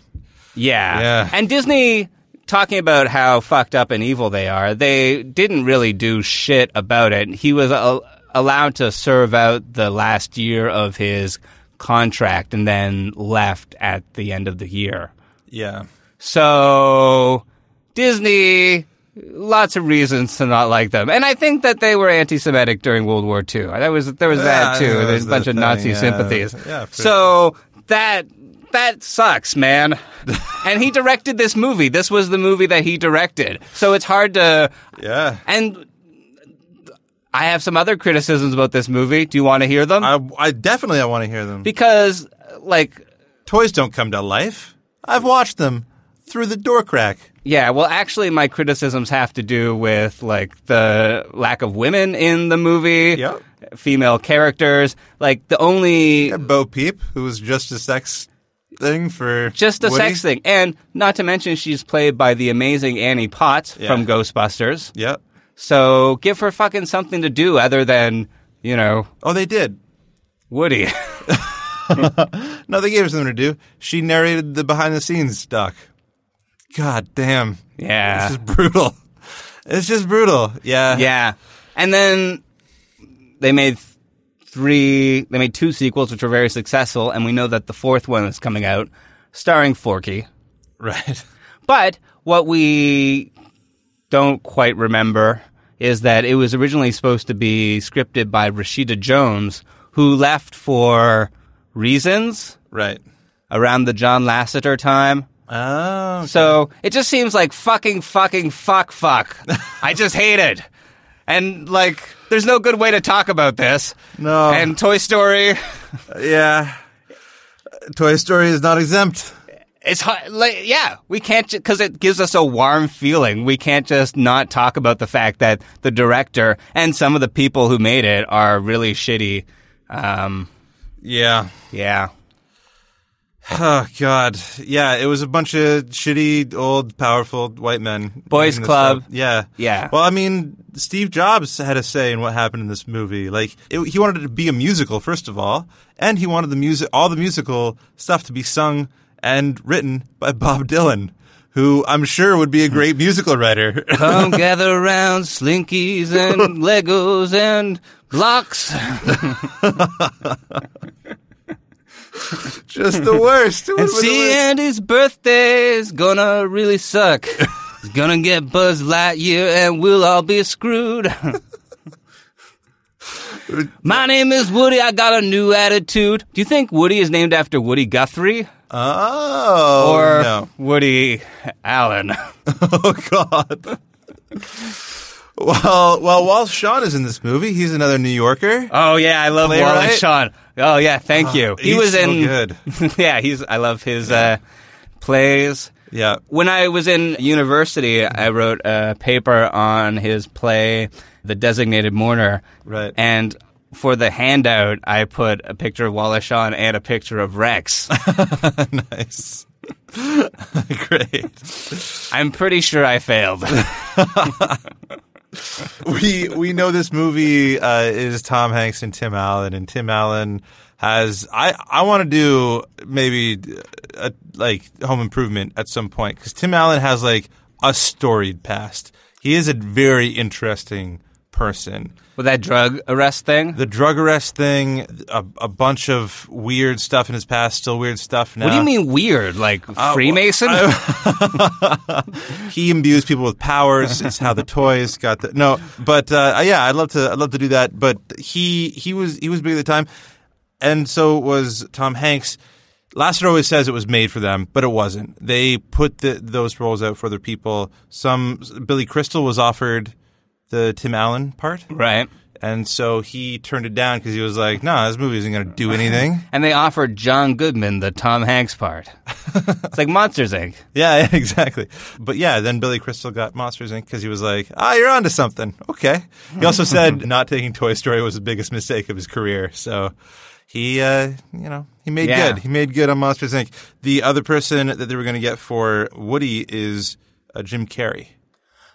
Speaker 3: yeah.
Speaker 6: Yeah.
Speaker 3: And Disney, talking about how fucked up and evil they are, they didn't really do shit about it. He was al- allowed to serve out the last year of his contract and then left at the end of the year.
Speaker 6: Yeah.
Speaker 3: So, Disney. Lots of reasons to not like them, and I think that they were anti-Semitic during World War II. That was there was
Speaker 6: Yeah,
Speaker 3: that
Speaker 6: I
Speaker 3: too.
Speaker 6: know, that
Speaker 3: There's
Speaker 6: was
Speaker 3: a bunch
Speaker 6: the
Speaker 3: of
Speaker 6: thing,
Speaker 3: Nazi
Speaker 6: yeah.
Speaker 3: sympathies.
Speaker 6: Yeah, for
Speaker 3: so that that sucks, man. and he directed this movie. This was the movie that he directed. So it's hard to
Speaker 6: Yeah.
Speaker 3: And I have some other criticisms about this movie. Do you want to hear them? I,
Speaker 6: I definitely I want to hear them.
Speaker 3: Because like
Speaker 6: toys don't come to life. I've watched them. through the door crack.
Speaker 3: Yeah, well, actually, my criticisms have to do with like the lack of women in the movie. Yep. Female characters, like the only
Speaker 6: Bo Peep, who was just a sex thing for
Speaker 3: just a
Speaker 6: Woody.
Speaker 3: sex thing, and not to mention she's played by the amazing Annie Potts
Speaker 6: Yeah.
Speaker 3: from Ghostbusters.
Speaker 6: Yep.
Speaker 3: So give her fucking something to do other than you know.
Speaker 6: Oh, they did.
Speaker 3: Woody.
Speaker 6: no, they gave her something to do. She narrated the behind the scenes doc. God damn.
Speaker 3: Yeah.
Speaker 6: This is brutal. It's just brutal. Ah. Yeah.
Speaker 3: Yeah. And then they made th- three, they made two sequels, which were very successful. And we know that the fourth one is coming out starring Forky.
Speaker 6: Right.
Speaker 3: But what we don't quite remember is that it was originally supposed to be scripted by Rashida Jones, who left for reasons.
Speaker 6: Right.
Speaker 3: Around the John Lasseter time.
Speaker 6: Oh.
Speaker 3: So it just seems like fucking, fucking, fuck, fuck. I just hate it. And like, there's no good way to talk about this.
Speaker 6: No.
Speaker 3: And Toy Story,
Speaker 6: Yeah. Toy Story is not exempt.
Speaker 3: it's hard. Like, yeah, we can't because it gives us a warm feeling. We can't just not talk about the fact that the director and some of the people who made it are really shitty. Um,
Speaker 6: Yeah.
Speaker 3: yeah.
Speaker 6: Oh God. Yeah, it was a bunch of shitty old powerful white men.
Speaker 3: Boys
Speaker 6: making this
Speaker 3: club.
Speaker 6: stuff. Yeah.
Speaker 3: Yeah.
Speaker 6: Well, I mean, Steve Jobs had a say in what happened in this movie. Like it, he wanted it to be a musical first of all, and he wanted the music all the musical stuff to be sung and written by Bob Dylan, who I'm sure would be a great musical writer.
Speaker 3: Come gather around slinkies and Legos and blocks.
Speaker 6: Just the worst. It
Speaker 3: and
Speaker 6: would've been the
Speaker 3: see
Speaker 6: worst.
Speaker 3: Andy's birthday's gonna really suck. It's gonna get Buzz Lightyear and we'll all be screwed. My name is Woody. I got a new attitude. Do you think Woody is named after Woody Guthrie?
Speaker 6: Oh,
Speaker 3: or
Speaker 6: no.
Speaker 3: Woody Allen?
Speaker 6: oh God. Well, well, Walt Shawn is in this movie. He's another New Yorker.
Speaker 3: Oh yeah, I love
Speaker 6: Playwright?
Speaker 3: Wallace Shawn. Oh yeah, thank you.
Speaker 6: Uh,
Speaker 3: he
Speaker 6: he's
Speaker 3: was
Speaker 6: so
Speaker 3: in
Speaker 6: good.
Speaker 3: yeah, he's I love his uh, plays.
Speaker 6: Yeah.
Speaker 3: When I was in university, I wrote a paper on his play The Designated Mourner.
Speaker 6: Right.
Speaker 3: And for the handout, I put a picture of Wallace Shawn and a picture of Rex.
Speaker 6: nice. Great.
Speaker 3: I'm pretty sure I failed.
Speaker 6: we we know this movie uh, is Tom Hanks and Tim Allen, and Tim Allen has I I want to do maybe uh like Home Improvement at some point because Tim Allen has like a storied past. He is a very interesting person.
Speaker 3: With that drug arrest thing,
Speaker 6: the drug arrest thing, a, a bunch of weird stuff in his past, still weird stuff now.
Speaker 3: What do you mean weird? Like
Speaker 6: Uh, well,
Speaker 3: Freemason?
Speaker 6: he imbues people with powers. It's how the toys got the no. But uh, yeah, I'd love to. I'd love to do that. But he he was he was big at the time, and so was Tom Hanks. Lasseter always says it was made for them, but it wasn't. They put the, those roles out for other people. Some Billy Crystal was offered the Tim Allen part,
Speaker 3: right?
Speaker 6: And so he turned it down because he was like, "No, nah, this movie isn't going to do anything."
Speaker 3: and they offered John Goodman the Tom Hanks part. it's like Monsters Inc.
Speaker 6: Yeah, yeah, exactly. But yeah, then Billy Crystal got Monsters Inc. because he was like, ah, you're onto something. Okay. He also said not taking Toy Story was the biggest mistake of his career. So he, uh, you know, he made
Speaker 3: Yeah.
Speaker 6: good. He made good on Monsters Inc. The other person that they were going to get for Woody is uh, Jim Carrey.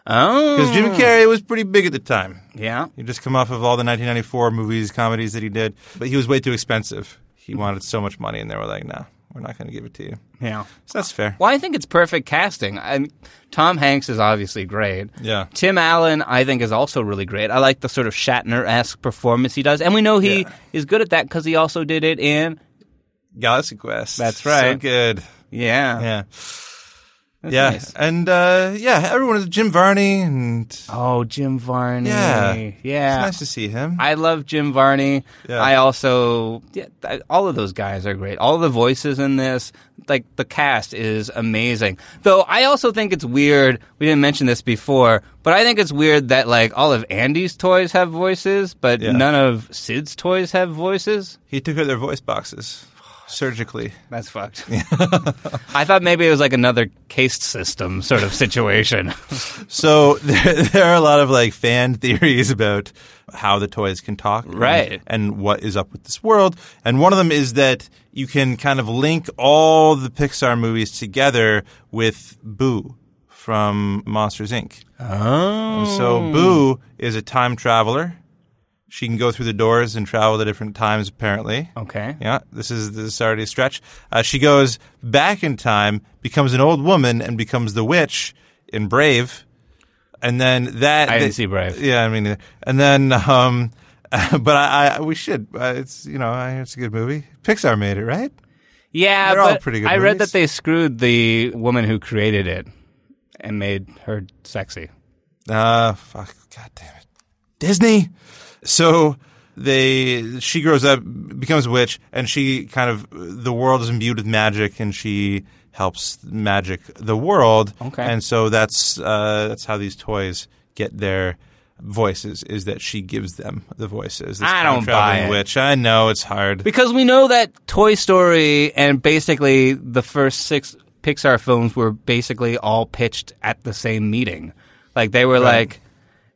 Speaker 3: Oh.
Speaker 6: Because Jim Carrey was pretty big at the time.
Speaker 3: Yeah.
Speaker 6: He'd just come off of all the 1994 movies, comedies that he did, but he was way too expensive. He wanted so much money, and they were like, no, we're not going to give it to you.
Speaker 3: Yeah.
Speaker 6: So that's fair.
Speaker 3: Well, I think it's perfect casting. I mean, Tom Hanks is obviously great.
Speaker 6: Yeah.
Speaker 3: Tim Allen, I think, is also really great. I like the sort of Shatner esque performance he does. And we know he is good at that because he also did it in.
Speaker 6: Galaxy Quest.
Speaker 3: That's right.
Speaker 6: So good.
Speaker 3: Yeah.
Speaker 6: Yeah.
Speaker 3: That's
Speaker 6: yeah.
Speaker 3: nice.
Speaker 6: And uh, yeah, everyone is Jim Varney and
Speaker 3: Oh, Jim Varney.
Speaker 6: Yeah.
Speaker 3: Yeah.
Speaker 6: It's nice to see him.
Speaker 3: I love Jim Varney.
Speaker 6: Yeah.
Speaker 3: I also, yeah, I, all of those guys are great. All the voices in this, like the cast is amazing. Though I also think it's weird. We didn't mention this before, but I think it's weird that like all of Andy's toys have voices, but
Speaker 6: Yeah.
Speaker 3: none of Sid's toys have voices.
Speaker 6: He took out their voice boxes. surgically.
Speaker 3: That's fucked. I thought maybe it was like another caste system sort of situation.
Speaker 6: So there, there are a lot of like fan theories about how the toys can talk, and-
Speaker 3: Right.
Speaker 6: And, what is up with this world. And one of them is that you can kind of link all the Pixar movies together with Boo from Monsters Inc.
Speaker 3: Oh,
Speaker 6: And so Boo is a time traveler. She can go through the doors and travel to different times, apparently.
Speaker 3: Okay.
Speaker 6: Yeah, this is this is already a stretch. Uh, she goes back in time, becomes an old woman, and becomes the witch in Brave. And then that
Speaker 3: I didn't
Speaker 6: that-
Speaker 3: see Brave.
Speaker 6: Yeah, I mean, uh, and then um, but I, I we should. Uh, it's you know, I- it's a good movie. Pixar made it, right?
Speaker 3: Yeah,
Speaker 6: They're all
Speaker 3: but
Speaker 6: pretty good
Speaker 3: I read
Speaker 6: movies.
Speaker 3: that they screwed the woman who created it and made her sexy.
Speaker 6: Ah, fuck. God damn it. Disney. So they she grows up, becomes a witch, and she kind of the world is imbued with magic, and she helps magic the world.
Speaker 3: Okay.
Speaker 6: And so that's uh, that's how these toys get their voices is that she gives them the voices. This
Speaker 3: I don't
Speaker 6: time-traveling
Speaker 3: buy it.
Speaker 6: Witch. I know it's hard.
Speaker 3: Because we know that Toy Story and basically the first six Pixar films were basically all pitched at the same meeting. Like they were
Speaker 6: Right.
Speaker 3: like,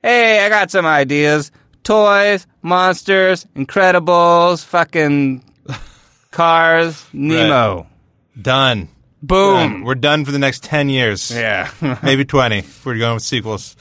Speaker 3: hey, I got some ideas toys, monsters, Incredibles, fucking cars, Nemo.
Speaker 6: Done.
Speaker 3: Boom.
Speaker 6: Done. We're done for the next 10 years.
Speaker 3: Yeah.
Speaker 6: Maybe 20 if we're going with sequels.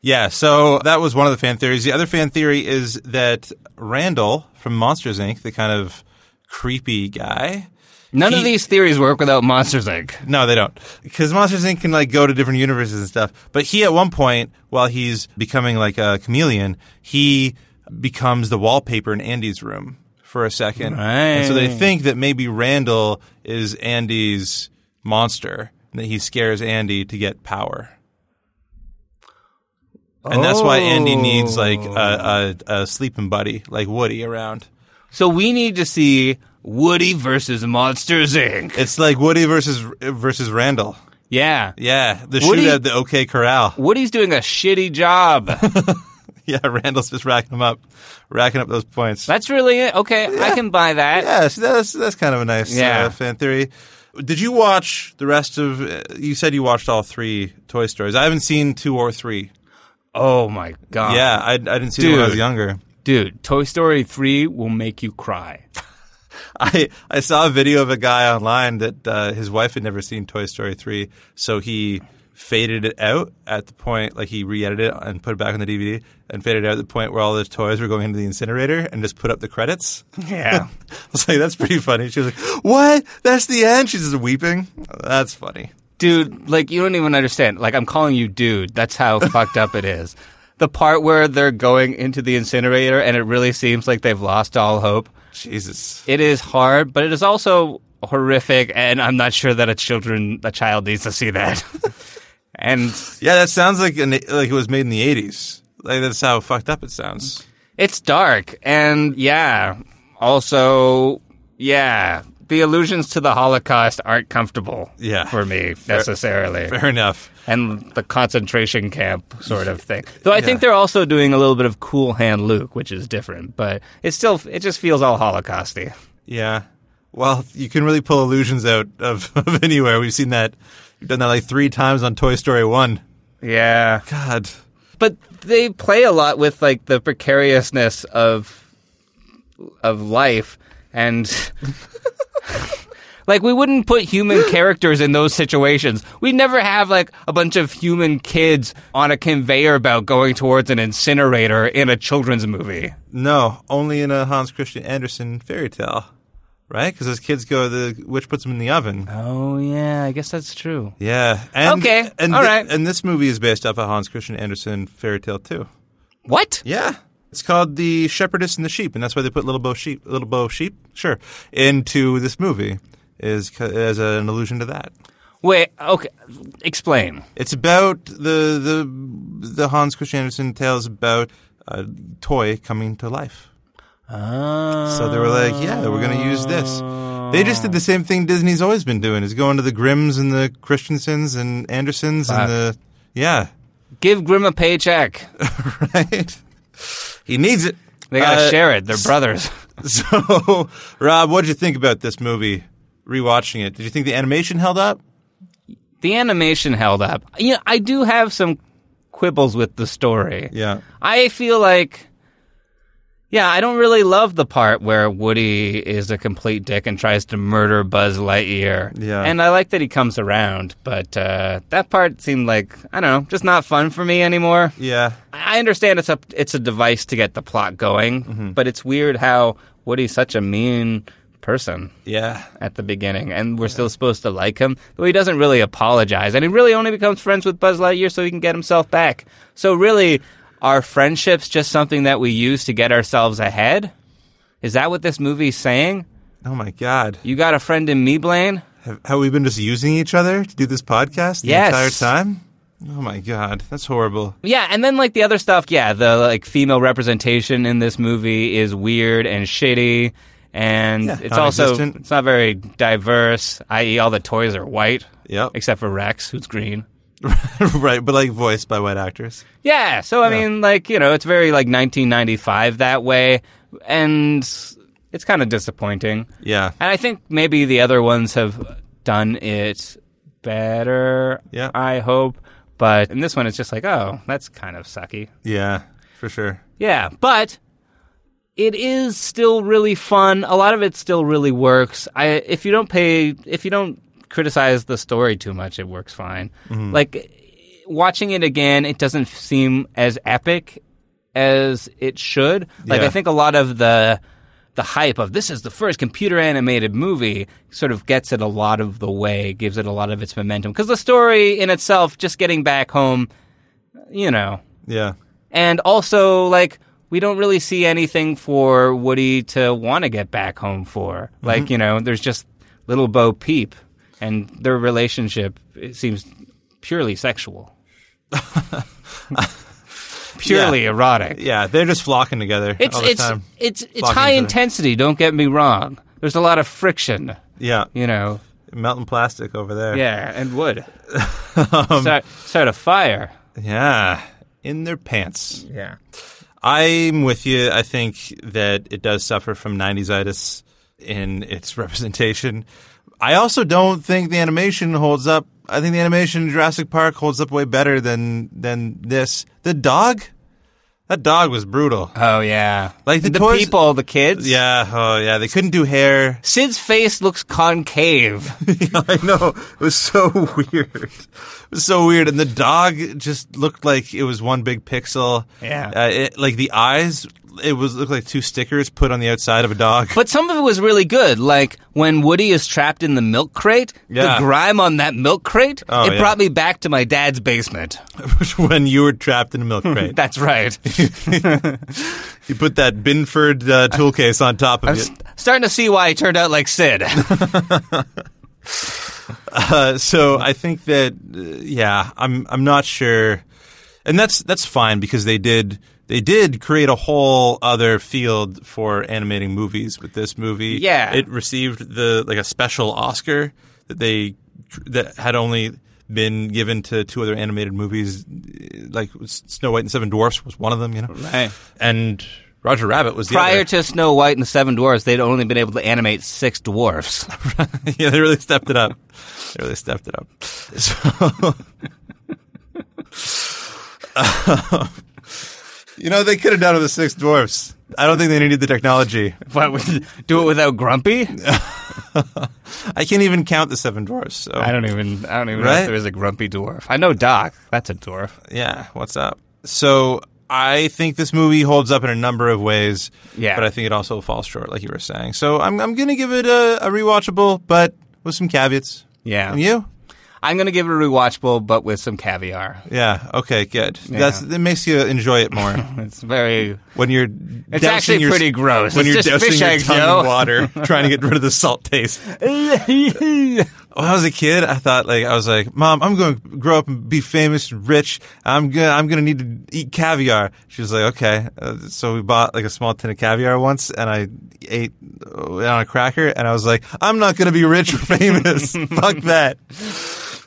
Speaker 6: Yeah, so that was one of the fan theories. The other fan theory is that Randall from Monsters Inc., the kind of creepy guy.
Speaker 3: None of these theories work without Monsters Inc.
Speaker 6: No, they don't. Because Monsters Inc. can like go to different universes and stuff. But he, at one point, while he's becoming like a chameleon, he becomes the wallpaper in Andy's room for a second. And so they
Speaker 3: Right.
Speaker 6: think that maybe Randall is Andy's monster, and that he scares Andy to get power. And that's why Andy needs like a, a, a sleeping buddy, like Woody, around.
Speaker 3: So we need to see Woody versus Monsters Inc.
Speaker 6: It's like Woody versus versus Randall.
Speaker 3: Yeah.
Speaker 6: Yeah, the
Speaker 3: Woody-
Speaker 6: shoot at the OK Corral.
Speaker 3: Woody's doing a shitty job.
Speaker 6: yeah, Randall's just racking them up, racking up those points.
Speaker 3: That's really it. Okay, I can buy that.
Speaker 6: Yes, that's that's kind of a nice
Speaker 3: Yeah.
Speaker 6: uh, fan theory. Did you watch the rest of? uh, You said you watched all three Toy Stories. I haven't seen two or three.
Speaker 3: Oh my god.
Speaker 6: Yeah, I, I didn't see them when I was
Speaker 3: Dude.
Speaker 6: younger.
Speaker 3: Dude, Toy Story 3 will make you cry.
Speaker 6: I, I saw a video of a guy online that uh, his wife had never seen Toy Story 3, so he faded it out at the point, like he re edited it and put it back on the DVD and faded it out at the point where all the toys were going into the incinerator and just put up the credits.
Speaker 3: Yeah.
Speaker 6: I was like, that's pretty funny. She was like, what? That's the end? She's just weeping. That's funny.
Speaker 3: Dude, like you don't even understand. Like I'm calling you dude. That's how fucked up it is. The part where they're going into the incinerator and it really seems like they've lost all hope.
Speaker 6: Jesus.
Speaker 3: It is hard, but it is also horrific and I'm not sure that a children a child needs to see that. and
Speaker 6: Yeah, that sounds like an, like it was made in the 80s. Like that's how fucked up it sounds.
Speaker 3: It's dark, and yeah, also, yeah, the allusions to the Holocaust aren't comfortable
Speaker 6: Yeah.
Speaker 3: for me necessarily.
Speaker 6: Fair enough.
Speaker 3: And the concentration camp sort of thing. Though I think
Speaker 6: Yeah.
Speaker 3: they're also doing a little bit of Cool Hand Luke, which is different, but it still it just feels all Holocausty.
Speaker 6: Yeah. Well, you can really pull illusions out of, of anywhere. We've seen that. We've done that like three times on Toy Story 1.
Speaker 3: Yeah.
Speaker 6: God.
Speaker 3: But they play a lot with like the precariousness of of life and like we wouldn't put human characters in those situations. We never have like a bunch of human kids on a conveyor belt going towards an incinerator in a children's movie.
Speaker 6: No, only in a Hans Christian Andersen fairy tale, right? Because those kids go, the witch puts them in the oven.
Speaker 3: Oh yeah, I guess that's true.
Speaker 6: Yeah. And,
Speaker 3: Okay,
Speaker 6: And
Speaker 3: all
Speaker 6: thi-
Speaker 3: right.
Speaker 6: And this movie is based off a Hans Christian Andersen fairy tale too.
Speaker 3: What?
Speaker 6: Yeah. It's called The Shepherdess and the Sheep, and that's why they put Little Bo Sheep, Little Bo Sheep, sure, into this movie is c- as an allusion to that.
Speaker 3: Wait, okay, explain.
Speaker 6: It's about the the the Hans Christian Andersen tale is about a toy coming to life.
Speaker 3: Uh,
Speaker 6: So they were like, yeah, we're going to use this. They just did the same thing Disney's always been doing: is going to the Grimms and the Christensens and Andersons
Speaker 3: Fuck.
Speaker 6: and the yeah.
Speaker 3: Give Grimm a paycheck.
Speaker 6: right? He needs it.
Speaker 3: uh,
Speaker 6: Uh,
Speaker 3: They gotta share it. They're brothers.
Speaker 6: So, Rob, what did you think about this movie? Rewatching it, did you think the animation held up?
Speaker 3: The animation held up. You know, I do have some quibbles with the story.
Speaker 6: Yeah.
Speaker 3: I feel like yeah, I don't really love the part where Woody is a complete dick and tries to murder Buzz Lightyear.
Speaker 6: Yeah.
Speaker 3: And I like that he comes around, but uh, that part seemed like, I don't know, just not fun for me anymore.
Speaker 6: Yeah.
Speaker 3: I I understand it's a, it's a device to get the plot going,
Speaker 6: Mhm.
Speaker 3: but it's weird how Woody's such a mean person.
Speaker 6: Yeah.
Speaker 3: At the beginning, and we're still supposed to like him, but he doesn't really apologize, and he really only becomes friends with Buzz Lightyear so he can get himself back. So really, are friendships just something that we use to get ourselves ahead? Is that what this movie's saying?
Speaker 6: Oh my god!
Speaker 3: You got a friend in me, Blaine.
Speaker 6: Have, have we been just using each other to do this podcast the
Speaker 3: Yes.
Speaker 6: entire time? Oh my god, that's horrible.
Speaker 3: Yeah, and then like the other stuff, yeah, the like female representation in this movie is weird and shitty, and
Speaker 6: Yeah,
Speaker 3: it's also
Speaker 6: non-existent.
Speaker 3: it's not very diverse. I.e., all the toys are white.
Speaker 6: Yep.
Speaker 3: Except for Rex, who's green.
Speaker 6: right, but like voiced by white actors.
Speaker 3: Yeah, so I mean, like you know, it's very like 1995 that way, and it's kind of disappointing.
Speaker 6: Yeah.
Speaker 3: and I think maybe the other ones have done it better. Yeah, I hope. But in this one, it's just like, oh, that's kind of sucky.
Speaker 6: Yeah, for sure.
Speaker 3: Yeah, but it is still really fun. A lot of it still really works. I if you don't pay if you don't criticize the story too much, it works fine.
Speaker 17: Mhm.
Speaker 3: Like watching it again, it doesn't seem as epic as it should. Like
Speaker 17: Yeah.
Speaker 3: I think a lot of the the hype of this is the first computer animated movie sort of gets it a lot of the way, gives it a lot of its momentum because the story in itself just getting back home, you know,
Speaker 6: Yeah.
Speaker 3: and also, like, we don't really see anything for Woody to want to get back home for.
Speaker 6: Mm-hmm.
Speaker 3: Like,
Speaker 17: Mhm.
Speaker 3: you know, there's just little Bo Peep, and their relationship it seems purely sexual. Purely
Speaker 6: Yeah.
Speaker 3: erotic.
Speaker 6: Yeah, they're just flocking together.
Speaker 3: It's
Speaker 6: all the
Speaker 3: it's
Speaker 6: time.
Speaker 3: it's it's
Speaker 6: Flocking
Speaker 3: high
Speaker 6: each other.
Speaker 3: intensity. Don't get me wrong. There's a lot of friction.
Speaker 6: Yeah,
Speaker 3: you know,
Speaker 6: melting plastic over there.
Speaker 3: Yeah, and wood. start start a fire.
Speaker 6: Yeah, in their pants.
Speaker 3: Yeah.
Speaker 6: I'm with you. I think that it does suffer from 90s itis in its representation. I also don't think the animation holds up. I think the animation in Jurassic Park holds up way better than than this. The dog, that dog was brutal.
Speaker 3: Oh yeah,
Speaker 6: like the,
Speaker 3: The
Speaker 6: toys-
Speaker 3: people, the kids.
Speaker 6: Yeah, oh yeah, they couldn't do hair.
Speaker 3: Sid's face looks concave.
Speaker 6: yeah, I know it was so weird. It was so weird, and the dog just looked like it was one big pixel.
Speaker 3: Yeah.
Speaker 6: uh, it, like the eyes, it was looked like two stickers put on the outside of a dog.
Speaker 3: But some of it was really good. Like when Woody is trapped in the milk crate,
Speaker 6: Yeah.
Speaker 3: the grime on that milk crate,
Speaker 6: Oh,
Speaker 3: it
Speaker 6: yeah.
Speaker 3: brought me back to my dad's basement.
Speaker 6: when you were trapped in a milk crate,
Speaker 3: That's right.
Speaker 6: you put that Binford uh, tool case on top of
Speaker 3: I'm
Speaker 6: it.
Speaker 3: s- starting to see why he turned out like Sid.
Speaker 6: Uh, so I think that uh, yeah, I'm I'm not sure, and that's that's fine because they did they did create a whole other field for animating movies with this movie.
Speaker 3: Yeah.
Speaker 6: it received the like a special Oscar that they that had only been given to two other animated movies, uh, like Snow White and Seven Dwarfs was one of them. You know,
Speaker 3: Right.
Speaker 6: and Roger Rabbit was the
Speaker 3: Prior
Speaker 6: other.
Speaker 3: to Snow White and the Seven Dwarfs, they'd only been able to animate six dwarfs.
Speaker 6: yeah, they really stepped it up. They really stepped it up. So, you know, they could have done it with six dwarfs. I don't think they needed the technology.
Speaker 3: What, with- do it without Grumpy?
Speaker 6: I can't even count the seven dwarfs. So.
Speaker 3: I don't even. I don't even know
Speaker 6: Right?
Speaker 3: if there is a grumpy dwarf. I know Doc. That's a dwarf.
Speaker 6: Yeah, what's up? So I think this movie holds up in a number of ways.
Speaker 3: Yeah.
Speaker 6: but I think it also falls short, like you were saying. So I'm I'm gonna give it a, a rewatchable, but with some caveats.
Speaker 3: Yeah.
Speaker 6: And you?
Speaker 3: I'm gonna give it a rewatchable, but with some caviar.
Speaker 6: Yeah. Okay. Good.
Speaker 3: Yeah.
Speaker 6: That's it makes you enjoy it more.
Speaker 3: It's very
Speaker 6: when you're.
Speaker 3: It's
Speaker 6: dousing
Speaker 3: actually
Speaker 6: your-
Speaker 3: pretty gross.
Speaker 6: When
Speaker 3: It's
Speaker 6: you're
Speaker 3: just
Speaker 6: dousing
Speaker 3: fish
Speaker 6: your
Speaker 3: eggs,
Speaker 6: tongue
Speaker 3: yo.
Speaker 6: in water, trying to get rid of the salt taste. When I was a kid, I thought like I was like, Mom, I'm going to grow up and be famous, and rich. I'm gonna I'm gonna need to eat caviar. She was like, Okay. Uh, so we bought like a small tin of caviar once, and I ate uh, on a cracker, and I was like, I'm not gonna be rich or famous. Fuck that.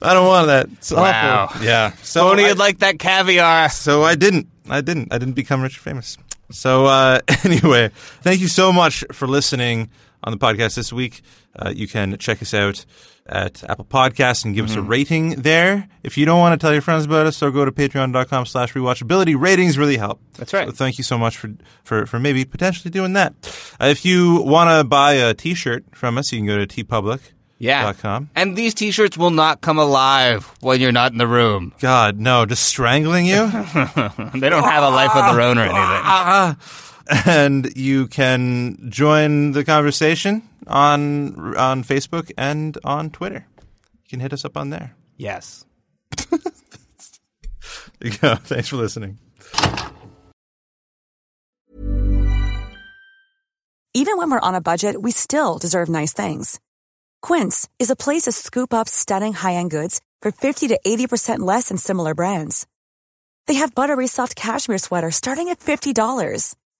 Speaker 6: I don't want that. It's awful.
Speaker 3: Wow.
Speaker 6: Yeah.
Speaker 3: So Boney would like that caviar.
Speaker 6: So I didn't. I didn't. I didn't become rich or famous. So uh, anyway, thank you so much for listening on the podcast this week. Uh, you can check us out at Apple Podcasts and give us a
Speaker 17: Mhm.
Speaker 6: rating there. If you don't want to tell your friends about us, so go to patreon.com slash rewatchability. Ratings really help. That's right. So thank you so much for, for, for maybe potentially doing that. Uh, if you want to buy a t-shirt from us, you can go to tpublic.com.
Speaker 3: Yeah. And these T-shirts will not come alive when you're not in the room.
Speaker 6: God, no! Just strangling you.
Speaker 3: they don't have a life of their own or anything.
Speaker 6: Ah. and you can join the conversation on on Facebook and on Twitter. You can hit us up on there.
Speaker 3: Yes.
Speaker 6: There you go. Thanks for listening.
Speaker 16: Even when we're on a budget, we still deserve nice things. Quince is a place to scoop up stunning high-end goods for 50 to 80% less than similar brands. They have buttery soft cashmere sweaters starting at $50,